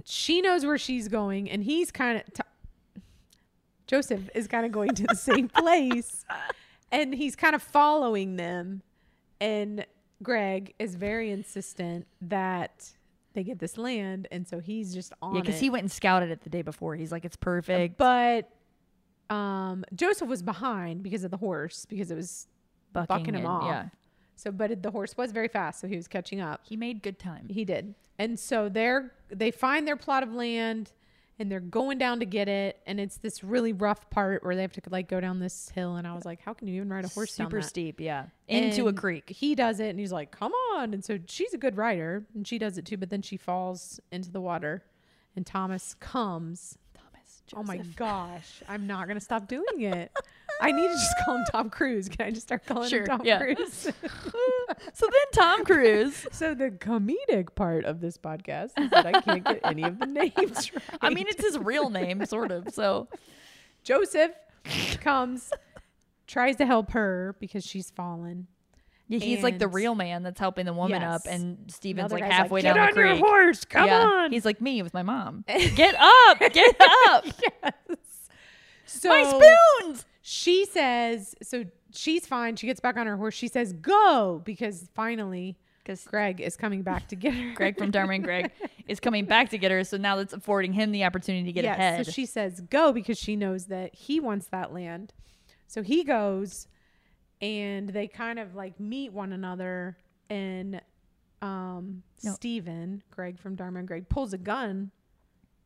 she knows where she's going, and he's kind of. Joseph is kind of going to the same place, and he's kind of following them. And Greg is very insistent that they get this land, and so he's just on. Yeah, because he it. went and scouted it the day before. He's like, it's perfect. But um, Joseph was behind because of the horse, because it was bucking, him and- off. Yeah. So, but it- the horse was very fast, so he was catching up. He made good time. He did. And so they're they find their plot of land and they're going down to get it and it's this really rough part where they have to like go down this hill and I was like, How can you even ride a horse down Super that? steep. Yeah. Into a And creek. He does it and he's like, Come on and so she's a good rider and she does it too, but then she falls into the water and Thomas comes. Thomas. Oh my gosh, I'm not gonna stop doing it. I need to just call him Tom Cruise. Can I just start calling Sure, him Tom yeah. Cruise? So then Tom Cruise. So the comedic part of this podcast is that I can't get any of the names right. I mean, it's his real name, sort of. So Joseph comes, tries to help her because she's fallen. yeah, he's like the And- real man that's helping the woman Yes. up, and Steven's like Another guy's like, halfway "Get down on the your creek. horse, come Yeah. on. He's like me with my mom. get up, get up. So My spoons. she says, so she's fine. She gets back on her horse. She says, go because finally, 'Cause- Greg is coming back to get her. Greg from Dharma and Greg is coming back to get her, so now that's affording him the opportunity to get Yes, ahead. So she says go because she knows that he wants that land. So he goes and they kind of like meet one another and um No. Stephen, Greg from Dharma and Greg, pulls a gun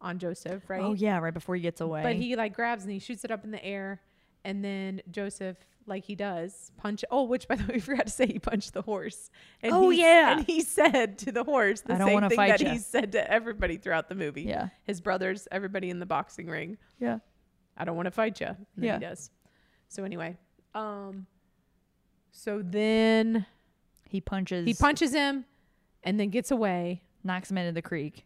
on Joseph, right? Oh yeah, right before he gets away. But he like grabs and he shoots it up in the air and then Joseph like he does punch oh which by the way we forgot to say he punched the horse and Oh, he- yeah. and he said to the horse the I don't same wanna thing fight that ya. he said to everybody throughout the movie Yeah. his brothers everybody in the boxing ring yeah. I don't want to fight you. Yeah. yeah. He does. So anyway, um, so then He punches. he punches him, and then gets away. knocks him into the creek.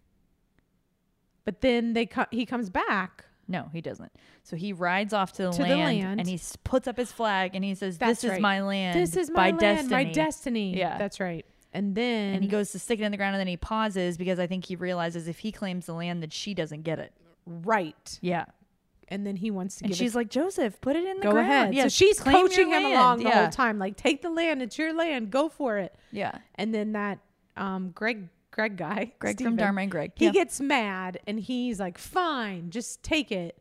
But then they co- he comes back. No, he doesn't. So he rides off to the, To the land, land. and he s- puts up his flag and he says, That's "This right. is my land. This is by my land, destiny. my destiny. Yeah. that's right. And then And he goes to stick it in the ground, and then he pauses because I think he realizes if he claims the land, that she doesn't get it. right, Yeah. and then he wants to. And give she's it, like, Joseph, put it in the "Go ground. ahead." Yeah, so she's claim your coaching him land. along the Yeah. whole time, like, "Take the land. It's your land. Go for it." Yeah. And then that um, Greg Greg guy, Greg from Dharma and Greg, he yeah. gets mad and he's like, "Fine, just take it."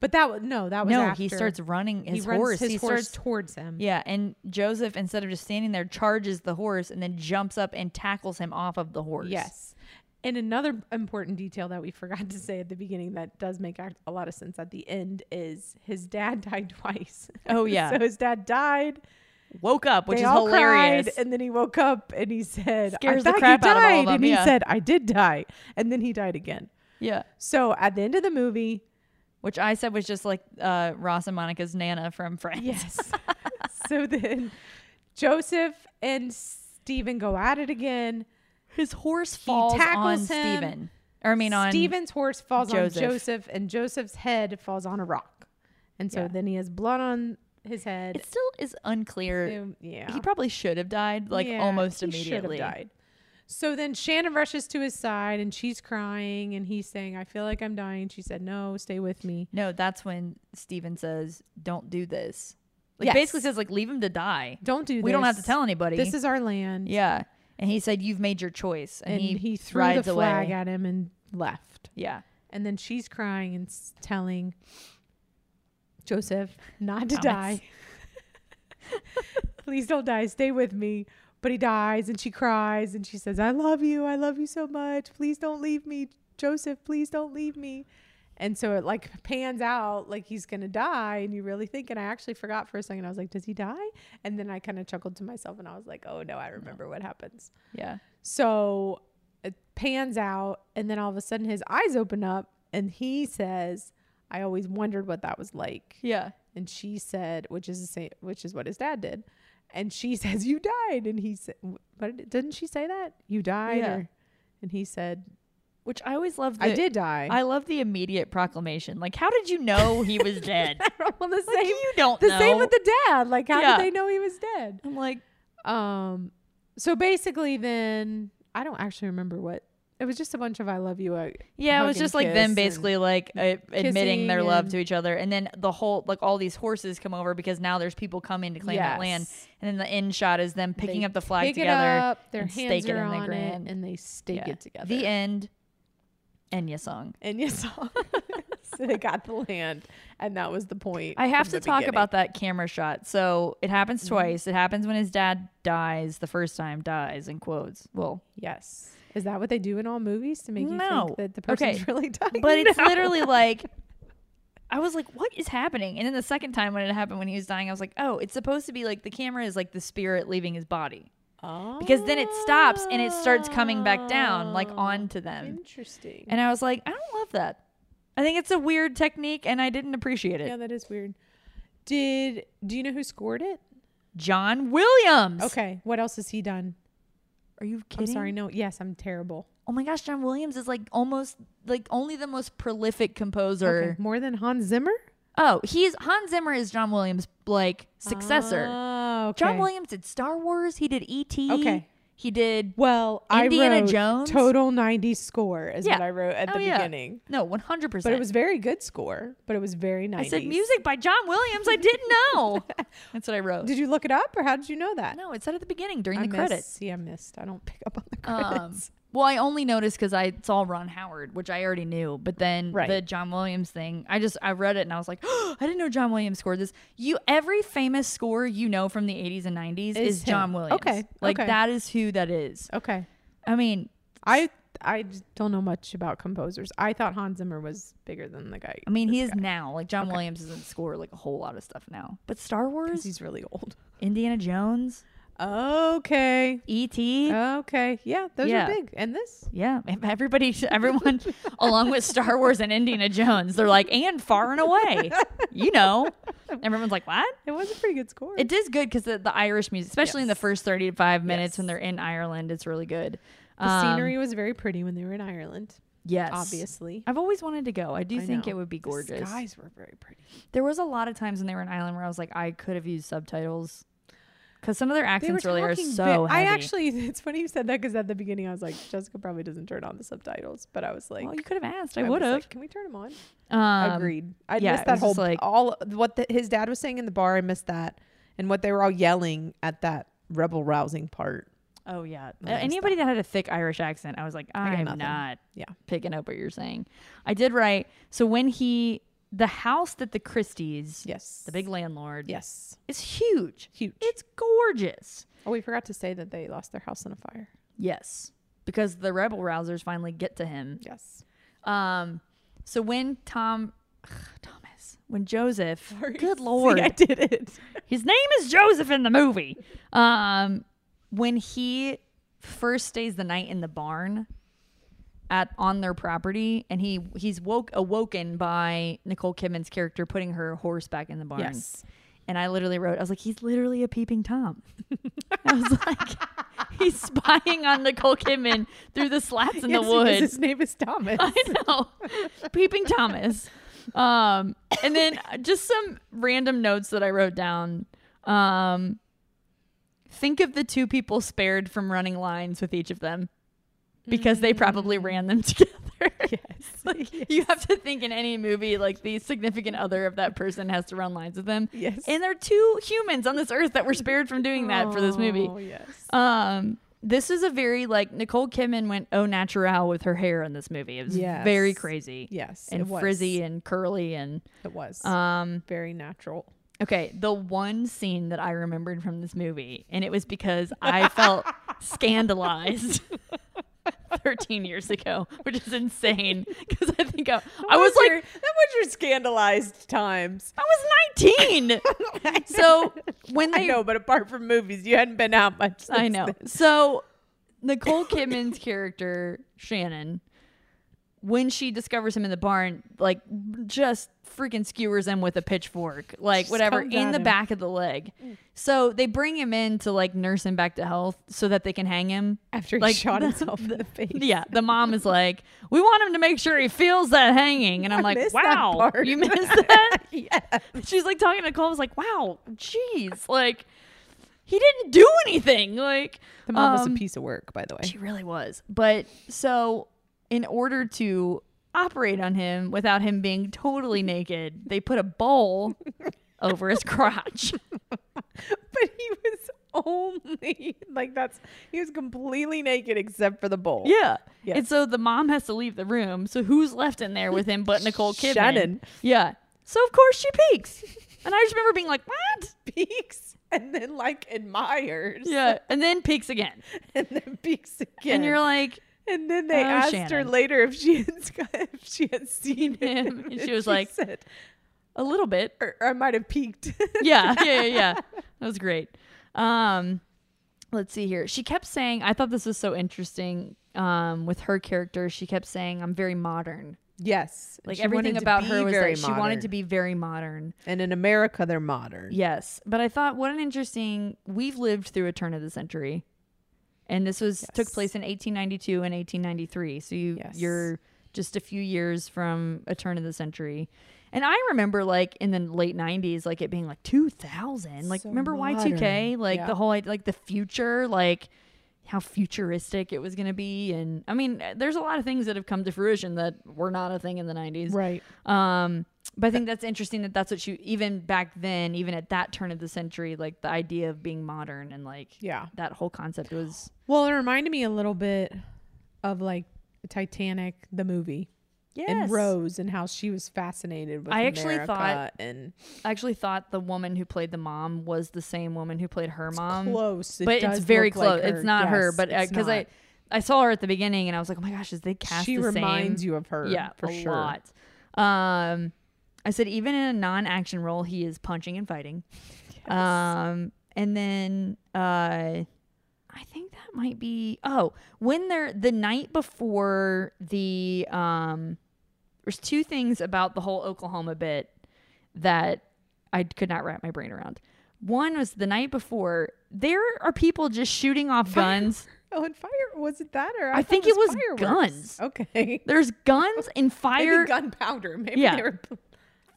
But that was no, that was No, After. he starts running He his runs horse. His he horse starts. towards him. yeah, and Joseph, instead of just standing there, charges the horse and then jumps up and tackles him off of the horse. Yes. And another important detail that we forgot to say at the beginning that does make act- a lot of sense at the end is his dad died twice. Oh, yeah. so his dad died. Woke up, which they is all hilarious. cried, and then he woke up and he said, Scares the "I thought crap you out died," of all of them, and he yeah. said, "I did die," and then he died again. yeah. So at the end of the movie, Which I said was just like uh, Ross and Monica's Nana from Friends. Yes. so then Joseph and Steven go at it again. His horse He falls on tackles him. Steven. Or I mean on Steven's horse falls Joseph. on Joseph, and Joseph's head falls on a rock. And so Yeah. then he has blood on his head. It still is unclear. Um, yeah. He probably should have died like Yeah, almost he should have immediately. died. So then Shannon rushes to his side and she's crying and he's saying, I feel like I'm dying. She said, No, stay with me. No, that's when Steven says, "Don't do this." Like Yes. basically says like leave him to die. Don't do this. We don't have to tell anybody. This is our land. Yeah. And he said you've made your choice and, And he, threw the rides flag away. at him and left. Yeah. And then she's crying and s- telling Joseph not to Thomas. die. Please don't die. Stay with me. But he dies and she cries and she says, I love you. I love you so much. Please don't leave me. Joseph, please don't leave me. And so it like pans out like he's gonna die, and you really think. And I actually forgot for a second. I was like, "Does he die?" And then I kind of chuckled to myself, and I was like, "Oh no, I remember what happens." Yeah. So it pans out, and then all of a sudden his eyes open up, and he says, "I always wondered what that was like." Yeah. And she said, "Which is the same, which is what his dad did." And she says, "You died." And he said, "But did- didn't she say that you died?" Yeah. or- and he said, Which I always love. "I did die." I love the immediate proclamation. Like, how did you know he was dead? well, the Like, same. you don't the same know. with the dad. Like, how Yeah. did they know he was dead? I'm like, Um, so basically, then I don't actually remember what it was. Just a bunch of "I love you." uh, yeah, it was hug and just like them kiss basically like uh, admitting their kissing love and- to each other, and then the whole like all these horses come over because now there's people coming to claim that land, Yes. and then the end shot is them picking They up the flag pick it together, up, their and hands stake are it in the on ground, it, and they stake Yeah. it together. The end. Enya song. And you saw, so they got the land, and that was the point. I have from to the talk beginning. Mm-hmm. about that camera shot. So it happens twice. It happens when his dad dies the first time, dies in quotes. Well, Yes, is that what they do in all movies to make you No. think that the person's Okay. really dying? but it's now? literally like I was like, what is happening? And then the second time when it happened when he was dying, I was like, oh, it's supposed to be like the camera is like the spirit leaving his body. Ah. Because then it stops and it starts coming back down, like onto them. Interesting. And I was like, I don't love that. I think it's a weird technique and I didn't appreciate it. yeah, that is weird. Did do you know who scored it? John Williams. Okay, what else has he done? Are you kidding? I'm sorry. No, yes, I'm terrible. Oh my gosh, John Williams is like almost like only the most prolific composer. Okay, more than Hans Zimmer. Oh, he's Hans Zimmer is John Williams' like successor. Oh, okay. John Williams did Star Wars. He did E.T. Okay. He did Well, I Indiana wrote Jones? total 90s score is Yeah. what I wrote at Oh, the yeah. beginning. No, one hundred But percent. it was very good score, but it was very 90s. I said music by John Williams. I didn't know. That's what I wrote. Did you look it up or how did you know that? no, it said at the beginning during I the missed. credits. See, I missed. I don't pick up on the Um, credits. well, I only noticed because I saw Ron Howard, which I already knew, but then Right. the John Williams thing, I just I read it and I was like, I didn't know John Williams scored this. You every famous score you know from the 80s and 90s is, Is him. John Williams. Okay, like okay. that is who that is. okay. I mean, I I just don't know much about composers. I thought Hans Zimmer was bigger than the guy. I mean, he this is guy, now. Like John Williams doesn't score like a whole lot of stuff now. But Star 'cause Wars, he's really old. Indiana Jones, Okay. E.T. Oh. Okay. Yeah, those Yeah. are big. And this? yeah, ev- everybody, everyone, along with Star Wars and Indiana Jones, they're like, and far and away, you know. Everyone's like, what? It was a pretty good score. It is good because the, the Irish music, especially in the Yes. first 35 minutes when Yes. they're in Ireland, it's really good. the Um, scenery was very pretty when they were in Ireland. yes. obviously. I've always wanted to go. I do I think know. it would be gorgeous. The skies were very pretty. There was a lot of times when they were in Ireland where I was like, I could have used subtitles because some of their accents really are talking so ve- I heavy. actually, it's funny you said that because at the beginning I was like, Jessica probably doesn't turn on the subtitles, but I was like, well, you could have asked. I, was would have. Like, Can we turn them on? um, Agreed. I yeah, missed it that was whole just like- all what the, his dad was saying in the bar. I missed that, and what they were all yelling at that rebel rousing part. Oh yeah. Uh, missed Anybody that had a thick Irish accent, I was like, I, got am nothing. not Yeah. picking up what you're saying. I did write. So when he, the house that the Christies, Yes. the big landlord, Yes. is huge. Huge. It's gorgeous. Oh, we forgot to say that they lost their house in a fire. Yes. Because the rebel rousers finally get to him. Yes. Um, so when Tom, Thomas, when Joseph, good lord, See, I did it. his name is Joseph in the movie. Um, when he first stays the night in the barn at on their property, and he he's woke awoken by Nicole Kidman's character putting her horse back in the barn. Yes. And I literally wrote, I was like, he's literally a peeping tom. I was like, he's spying on Nicole Kidman through the slats in the Yes, woods. because His name is Thomas. I know. Peeping Thomas. Um, and then just some random notes that I wrote down. Um, think of the two people spared from running lines with each of them because they probably ran them together. Yes. like, You have to think in any movie, like the significant other of that person has to run lines with them. Yes. And there are two humans on this earth that were spared from doing that for this movie. Oh yes. Um, this is a very like Nicole Kidman went au naturel with her hair in this movie. It was Yes. very crazy. Yes, and it was. frizzy and curly and It was um. very natural. Okay, the one scene that I remembered from this movie, and it was because I felt scandalized 13 years ago, which is insane because I think I, I That was your, like, that was your scandalized times. I was 19. so when they I know, but apart from movies, you hadn't been out much. I since know. then. So Nicole Kidman's character, Shannon, when she discovers him in the barn, like just freaking skewers him with a pitchfork, like whatever, comes in at the him. back of the leg. Mm. So they bring him in to like nurse him back to health so that they can hang him. After he Like, shot the- himself in the face. Yeah, the mom is like, "We want him to make sure he feels that hanging," and I'm like, missed that "Wow, part." you missed that." She's like talking to Nicole. I was like, "Wow, jeez, like he didn't do anything." Like The mom was a um, piece of work, by the way. She really was. But so, in order to operate on him without him being totally naked, they put a bowl over his crotch. But he was only like that's he was completely naked except for the bowl. Yeah. Yeah. And so the mom has to leave the room. So who's left in there with him but Nicole Kidman? Shannon. Yeah. So of course she peeks. And I just remember being like, what? Peeks and then like admires. Yeah. And then peeks again. And then peeks again. And you're like, And then they "Oh, asked her Shannon." later if she had if she had seen him, him. and she was like- said, a little bit. or, or I might have peeked. yeah, yeah, yeah, yeah. That was great. Um, let's see here. She kept saying, I thought this was so interesting. Um, with her character, she kept saying, "I'm very modern." yes. Like She everything wanted to about be her was very like she wanted to modern. be very modern. And in America they're modern. Yes, but I thought what an interesting. We've lived through a turn of the century, and this was took Yes. place in 1892 and 1893. So you Yes. you're just a few years from a turn of the century. And I remember like in the late 90s like it being like 2000. Like So remember Y2K? modern. Like Yeah. the whole like the future like how futuristic it was going to be and I mean there's a lot of things that have come to fruition that were not a thing in the 90s. Right. Um, but I think that's interesting that that's what you even back then, even at that turn of the century, like the idea of being modern and like Yeah. that whole concept was Well, it reminded me a little bit of like Titanic the movie. And Rose and how she was fascinated with I actually America thought- and I actually thought the woman who played the mom was the same woman who played her mom. close. It but it's does very look like close. her. It's not her, Yes, but it's because I, not. I saw her at the beginning and I was like, oh my gosh, is they cast? She the same?" reminds you of her, Yeah, for a sure. lot. Um, I said even in a non-action role, he is punching and fighting. Um, and then uh, I think that might be oh when they're the night before the um, there's two things about the whole Oklahoma bit that I could not wrap my brain around. One was the night before. There are people just shooting off guns. Oh, and fire was it that or I, I thought think it was fireworks. guns. Okay, There's guns and fire. maybe gunpowder. Maybe Yeah. they were.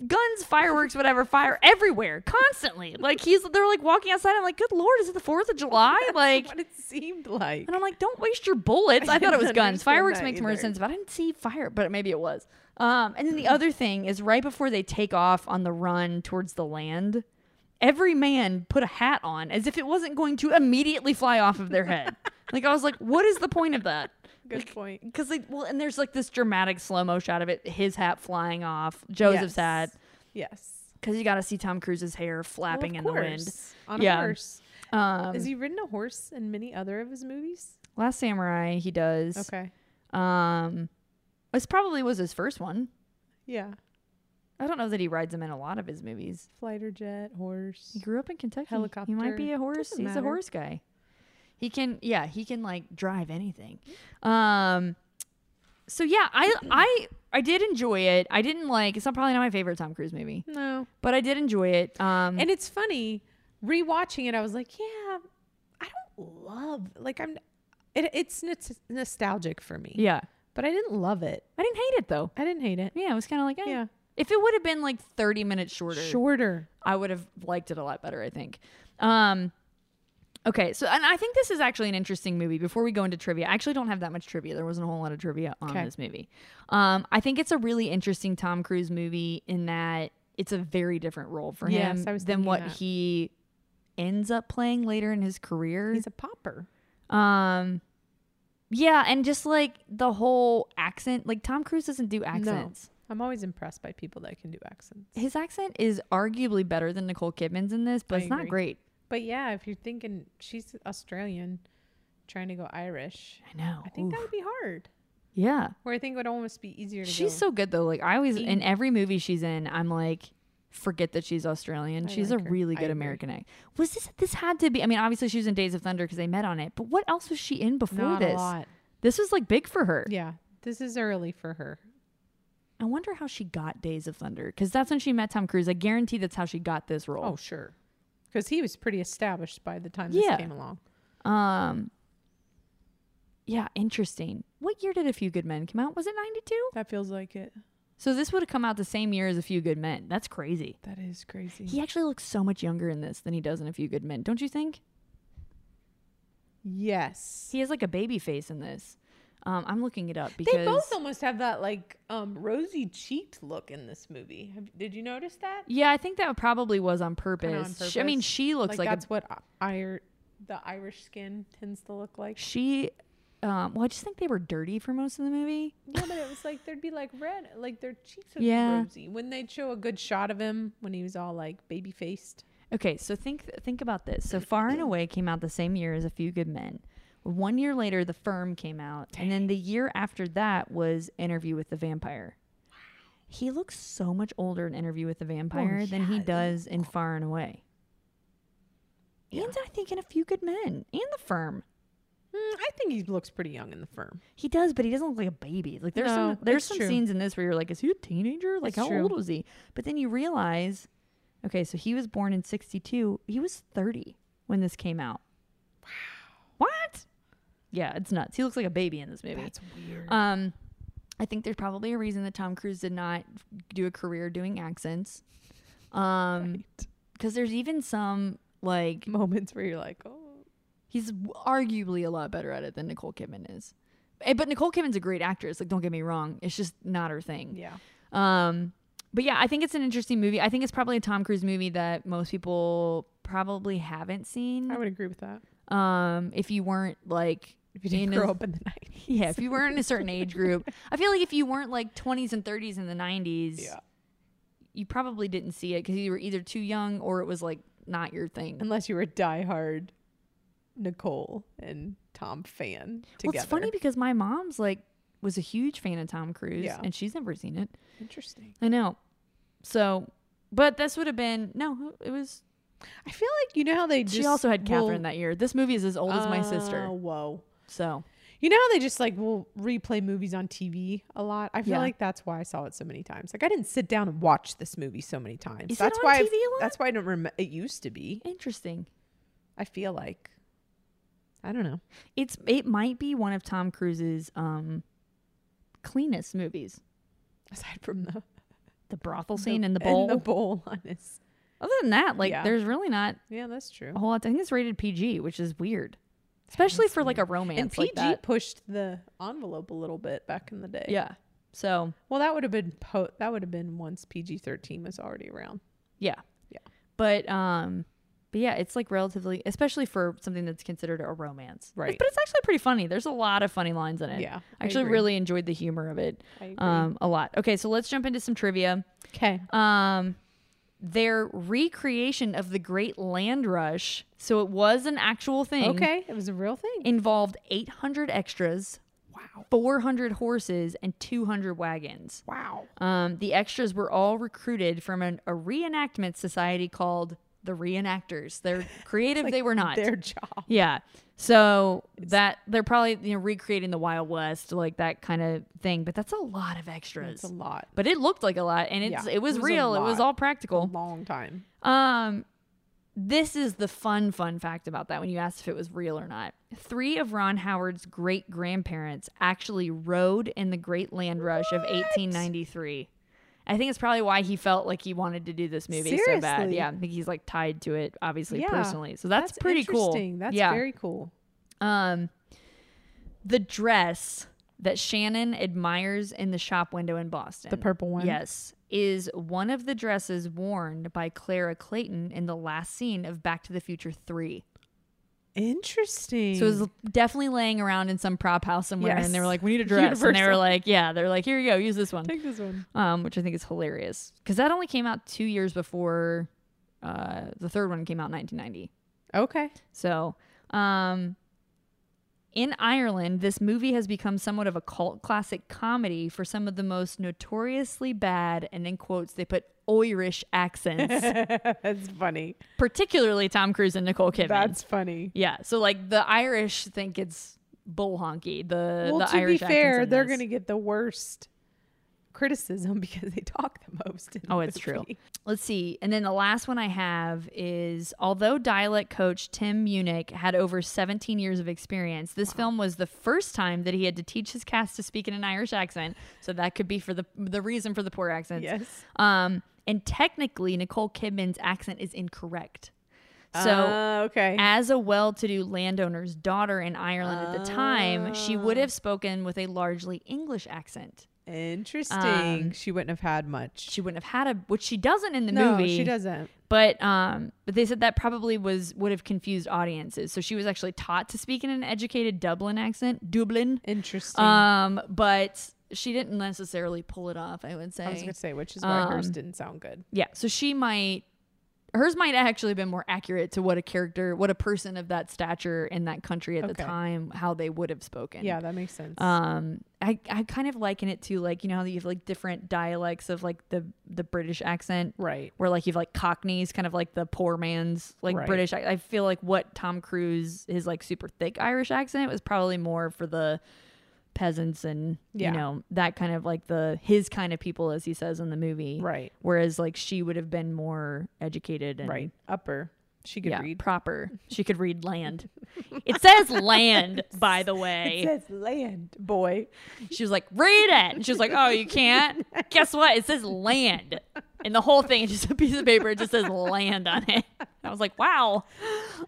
guns, fireworks, whatever, fire everywhere, constantly. Like he's they're like walking outside. I'm like, good lord, is it the Fourth of July? Like, what it seemed like. and I'm like, don't waste your bullets. I thought it didn't was guns. understand Fireworks that makes more either. sense, but I didn't see fire. But maybe it was. Um, and then the other thing is right before they take off on the run towards the land. Every man put a hat on as if it wasn't going to immediately fly off of their head. like I was like, what is the point of that? Good point. Because they well, and there's like this dramatic slow mo shot of it, his hat flying off, Joseph's hat, Yes. Yes, because you got to see Tom Cruise's hair Well, flapping in of the wind. course, on Yeah. a horse. Um, Has he ridden a horse in many other of his movies? Last Samurai, he does. Okay, Um, this probably was his first one. yeah, I don't know that he rides them in a lot of his movies. fighter jet, horse. He grew up in Kentucky. He might Helicopter. be a horse. Doesn't He's a matter. horse guy. He can, yeah, he can like drive anything. Um, so yeah, I, I, I did enjoy it. I didn't like. It's not probably not my favorite Tom Cruise movie, No, but I did enjoy it. Um, And it's funny rewatching it. I was like, yeah, I don't love like I'm. It, it's nos- nostalgic for me. yeah, but I didn't love it. I didn't hate it though. I didn't hate it. Yeah, it was kind of like eh. Yeah. If it would have been like thirty minutes shorter, Shorter. I would have liked it a lot better, I think. Um Okay, so and I think this is actually an interesting movie. Before we go into trivia, I actually don't have that much trivia. There wasn't a whole lot of trivia on Okay. this movie. Um, I think it's a really interesting Tom Cruise movie in that it's a very different role for Yes, him I was than thinking what that. he ends up playing later in his career. He's a popper. Um Yeah, and just like the whole accent, like Tom Cruise doesn't do accents. No, I'm always impressed by people that can do accents. His accent is arguably better than Nicole Kidman's in this, but I it's not agree. great. But yeah, if you're thinking she's Australian, trying to go Irish. I know. I think Oof. that would be hard. yeah. Where I think it would almost be easier to She's go. so good though. Like I always in every movie she's in, I'm like, forget that she's Australian. she's like a her. really I good agree. American act. Was this this had to be? I mean, obviously she was in Days of Thunder because they met on it. But what else was she in before Not this? a lot. This was like big for her. Yeah. This is early for her. I wonder how she got Days of Thunder because that's when she met Tom Cruise. I guarantee that's how she got this Oh, role. sure. Because he was pretty established by the time Yeah. this came along. Um. Yeah, interesting. What year did A Few Good Men come out? Was it 92? That feels like it. So this would have come out the same year as A Few Good Men. That's crazy. That is crazy. He actually looks so much younger in this than he does in A Few Good Men, don't you think? Yes. He has like a baby face in this. Um, I'm looking it up because They both almost have that like um rosy cheeked look in this movie. Have, did you notice that? yeah, I think that probably was on purpose. Kinda on Sh- I mean, purpose. she looks like, that's a, what I- Ir- the Irish skin tends to look like. she. Um, well, I just think they were dirty for most of the movie. No, but it was like there'd be like red, like their cheeks would Yeah. be rosy. When they'd show a good shot of him when he was all like baby faced. Okay, so think think about this. So Far and Away came out the same year as A Few Good Men. One year later, The Firm came out, and then the year after that was Interview with the Vampire. He looks so much older in Interview with the Vampire than he does in Far and Away. And I think in A Few Good Men and The Firm, Mm, I think he looks pretty young in the firm. he does, but he doesn't look like a baby. Like there's No, some there's it's some true. scenes in this where you're like, is he a teenager? Like It's how true. old was he? But then you realize, okay, so he was born in '62. He was 30 when this came out. Wow. What? Yeah, it's nuts. He looks like a baby in this movie. That's weird. Um, I think there's probably a reason that Tom Cruise did not do a career doing accents. Um, because there's even some like Moments where you're like, oh, He's w- arguably a lot better at it than Nicole Kidman is. Eh, But Nicole Kidman's a great actress. Like, don't get me wrong. It's just not her thing. yeah. Um, but yeah, I think it's an interesting movie. I think it's probably a Tom Cruise movie that most people probably haven't seen. I would agree with that. Um, if you weren't like, If you didn't in a- grow up in the night. yeah, if you weren't in a certain age group, I feel like if you weren't like 20s and 30s in the 90s, Yeah. you probably didn't see it because you were either too young or it was like not your thing. Unless you were a diehard Nicole and Tom fan together. Well, it's funny because my mom's like was a huge fan of Tom Cruise, Yeah. and she's never seen it. Interesting. I know. So, but this would have been no. It was. I feel like you know how they. Just she also had will- Catherine that year. This movie is as old as my Oh, sister. whoa. So You know how they just like will replay movies on TV a lot. I feel Yeah. like that's why I saw it so many times. Like I didn't sit down and watch this movie so many times. Is it that's on why I- TV a lot? that's why I don't remember. It used to be. interesting. I feel like I don't know. It's it might be one of Tom Cruise's um cleanest movies. Aside from the The brothel scene and the and bowl. the bowl on his. Other than that, like Yeah. there's really not Yeah, that's true. a whole lot. I think it's rated PG, which is weird, especially for like a romance. and like PG that. pushed the envelope a little bit back in the day. yeah. So Well, that would have been po- that would have been once PG thirteen was already around. Yeah. Yeah. But um but yeah, it's like relatively especially for something that's considered a romance. Right. But it's actually pretty funny. There's a lot of funny lines in it. Yeah, I I actually agree. really enjoyed the humor of it. I agree. Um a lot. Okay, so let's jump into some trivia. Okay. Um their recreation of the Great Land Rush, so it was an actual thing. Okay, it was a real thing. Involved 800 extras. Wow. 400 horses and 200 wagons. wow. Um, the extras were all recruited from an, a reenactment society called the Reenactors. They're creative, they were not. Their job. Yeah. So that they're probably you know recreating the Wild West, like that kind of thing. But that's a lot of extras. It's a lot. But it looked like a lot, and it's Yeah, it was it was a real. It was lot. all practical. Long time. Um, this is the fun, fun fact about that when you asked if it was real or not. Three of Ron Howard's great grandparents actually rode in the Great Land Rush of 1893. I think it's probably why he felt like he wanted to do this movie so bad. Seriously? Yeah, I think he's like tied to it, obviously, Yeah, personally. So that's, pretty interesting. cool. That's yeah. very cool. Um, the dress that Shannon admires in the shop window in Boston, The purple one? yes, is one of the dresses worn by Clara Clayton in the last scene of Back to the Future Three. Interesting. So it was definitely laying around in some prop house somewhere, and they were Mm. Yes. like, "We need a dress," and they were Universal. like, "Yeah," they're like, "Here you go, use this one," take this one. um, which I think is hilarious because that only came out two years before uh, the third one came out in 1990. Okay. So, um, In Ireland, this movie has become somewhat of a cult classic comedy for some of the most notoriously bad, and in quotes, they put Irish accents, That's funny. particularly Tom Cruise and Nicole Kidman. That's funny. yeah. So like the Irish think it's bull honky. The well, the to Irish be accents fair, in they're this. going to get the worst criticism because they talk the most. in Oh, the it's true. movie. Let's see. And then the last one I have is although dialect coach Tim Munich had over 17 years of experience, this film was the first time that he had to teach his cast to speak in an Irish accent. So that could be for the the reason for the poor accents. Yes. Um, and technically, Nicole Kidman's accent is incorrect. So Ah, okay. as a well to do landowner's daughter in Ireland at the time, she would Oh. have spoken with a largely English accent. Interesting. um, she wouldn't have had much. She wouldn't have had a, which she doesn't in the no, movie. she doesn't. But um, but they said that probably was would have confused audiences. So she was actually taught to speak in an educated Dublin accent, Dublin. Interesting. Um, but she didn't necessarily pull it off. I would say. I was going to say, which is why um, hers didn't sound good. yeah. So she might, hers might have actually been more accurate to what a character, what a person of that stature in that country at the Okay. time, how they would have spoken. Yeah, that makes sense. Um, I, I kind of liken it to like you know how you have like different dialects of like the the British accent, Right. Where like you've like Cockney's kind of like the poor man's like Right. British. I, I feel like what Tom Cruise his like super thick Irish accent was probably more for the peasants and Yeah. you know that kind of like the his kind of people as he says in the movie, Right. Whereas like she would have been more educated and right. Upper. She could yeah, read. proper. She could read land. it says land, by the way. It says land, boy. She was like, read it. And she was like, oh, you can't? Guess what? It says land. And the whole thing is just a piece of paper. It just says land on it. I was like, wow.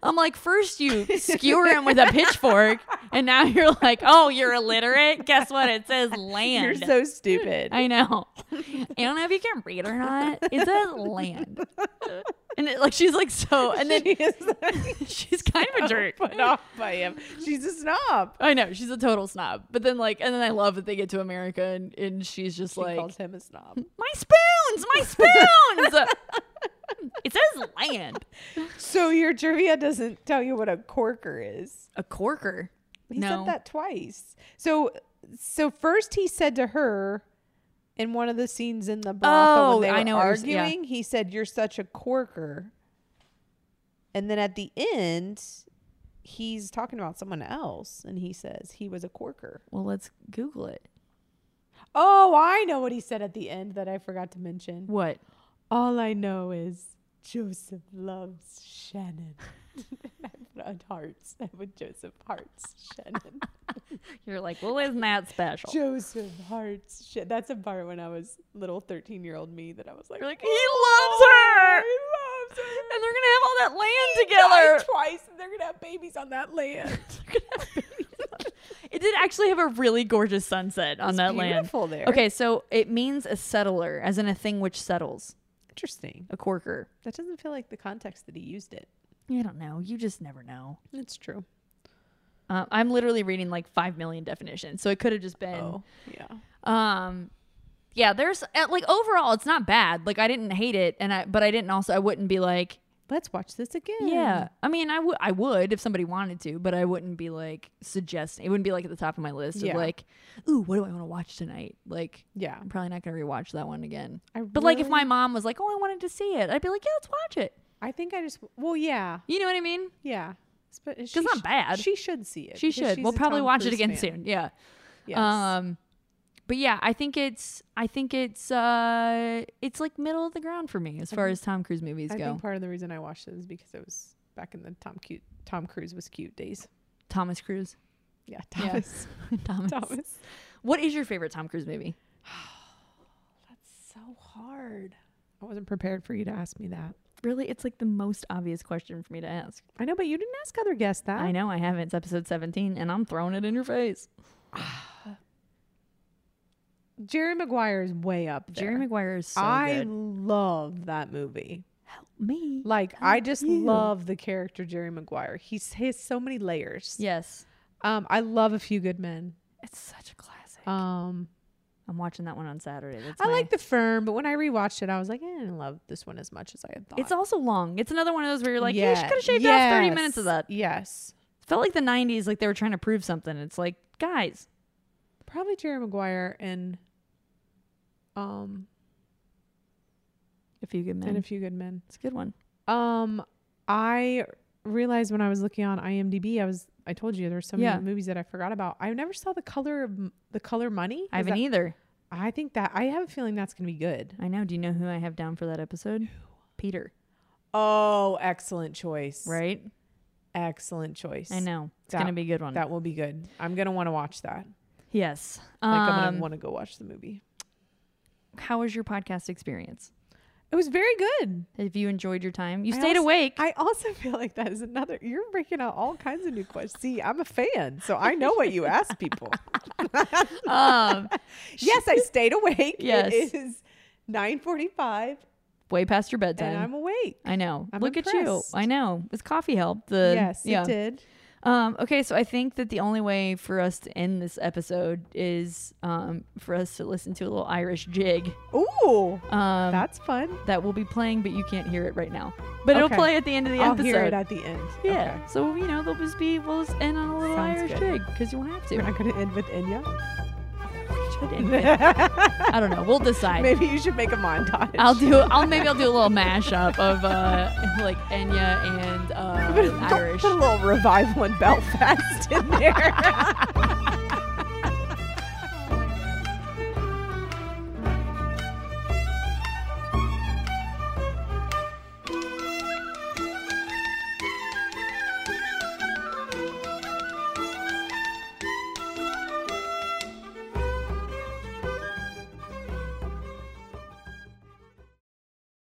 I'm like, first you skewer him with a pitchfork, and now you're like, oh, you're illiterate? Guess what? It says land. You're so stupid. I know. I don't know if you can read or not. It says land. And it, like, she's like, so, and then She is she's kind of a jerk. put off by him. She's a snob. I know she's a total snob, but then like, and then I love that they get to America and, and she's just She like, calls him a snob. my spoons, my spoons. it says land. So your trivia doesn't tell you what a corker is. A corker. He no. said that twice. So so first he said to her in one of the scenes in the brothel Oh, when they were I know what you're s- yeah. arguing, he said, "You're such a corker." And then at the end, he's talking about someone else, and he says he was a corker. Well, let's Google it. Oh, I know what he said at the end that I forgot to mention. What? All I know is Joseph loves Shannon. I put on hearts. I put Joseph hearts Shannon. You're like, well, isn't that special? Joseph hearts. Shan- That's a part when I was little thirteen-year-old me that I was like, "Oh, You're like, he loves her. He loves her. And they're gonna have all that land Died together. twice, and they're gonna have babies on that land. It did actually have a really gorgeous sunset on that beautiful land. there. Okay, so it means a settler, as in a thing which settles. Interesting. A corker. That doesn't feel like the context that he used it. I don't know. You just never know. It's true. Uh, I'm literally reading like five million definitions, so it could have just been. Oh, yeah. Um, yeah, there's uh, like overall, it's not bad. Like I didn't hate it, and I but I didn't also I wouldn't be like Let's watch this again. yeah. I mean, I would I would if somebody wanted to, but I wouldn't be like suggesting. It wouldn't be like at the top of my list Yeah. of like, ooh, what do I want to watch tonight? Like. Yeah. I'm probably not gonna rewatch that one again. I but like, if really- my mom was like, "Oh, I wanted to see it," I'd be like, "Yeah, let's watch it." I think I just. Well, yeah. You know what I mean? Yeah. Because not bad. She should see it. She 'cause should. she's We'll a probably Tom watch it Cruise again fan. soon. Yeah. Yes. Um but yeah, I think it's I think it's uh it's like middle of the ground for me as far as Tom Cruise movies I go. think part of the reason I watched it is because it was back in the Tom cute Tom Cruise was cute days. Thomas Cruise. Yeah, Yeah. Thomas. Thomas. Thomas. What is your favorite Tom Cruise movie? So hard. I wasn't prepared for you to ask me that. Really, it's like the most obvious question for me to ask. I know, but you didn't ask other guests that. I know I haven't. It's episode 17 and I'm throwing it in your face. Jerry Maguire is way up there. Jerry Maguire is so I good. love that movie. Me. Like I just you. love the character Jerry Maguire. He's he has so many layers. Yes. Um, I love A Few Good Men. It's such a classic. Um, I'm watching that one on Saturday. That's I my- like The Firm, but when I rewatched it, I was like, eh, I didn't love this one as much as I had thought. It's also long. It's another one of those where you're like, yeah, you could have shaved off 30 minutes of yes, that. Yes. felt like the 90s, like they were trying to prove something. It's like, guys, Probably Jerry Maguire and um a few good men. and a few good men. it's a good one. Um, I realized when I was looking on IMDb, I was I told you there's so many Yeah. movies that I forgot about. I never saw the color of M- the color money. I Is haven't that- either. I think that I have a feeling that's gonna be good. I know. Do you know who I have down for that episode? Peter, Oh, excellent choice! right? excellent choice. I know. It's That- going to be a good one. That will be good. I'm gonna want to watch that. yes. Like I'm Um, gonna want to go watch the movie. how was your podcast experience? It was very good. Have you enjoyed your time? You I stayed also- awake. I also feel like that is another. You're breaking out all kinds of new questions. See, I'm a fan, so I know what you ask people. um, Yes, I stayed awake. Yes. It is 9:45 way past your bedtime. and I'm awake. I know. I'm Look at you. impressed. I know. It's coffee help. The yes, yeah. it did. Um, okay, so I think that the only way for us to end this episode is um, for us to listen to a little Irish jig Ooh. um, that's fun. that will be playing, but you can't hear it right now. But it'll Okay. play at the end of the I'll episode. hear it at the end. yeah. Okay. So you know, there'll just be we'll just end on a little Sounds Irish good. jig because you won't have to. We're not going to end with Enya. We should anyway. I don't know. We'll decide. Maybe you should make a montage. I'll do. I'll maybe I'll do a little mashup of uh, like Enya and uh, Put a- Irish. Put a little revival in Belfast in there.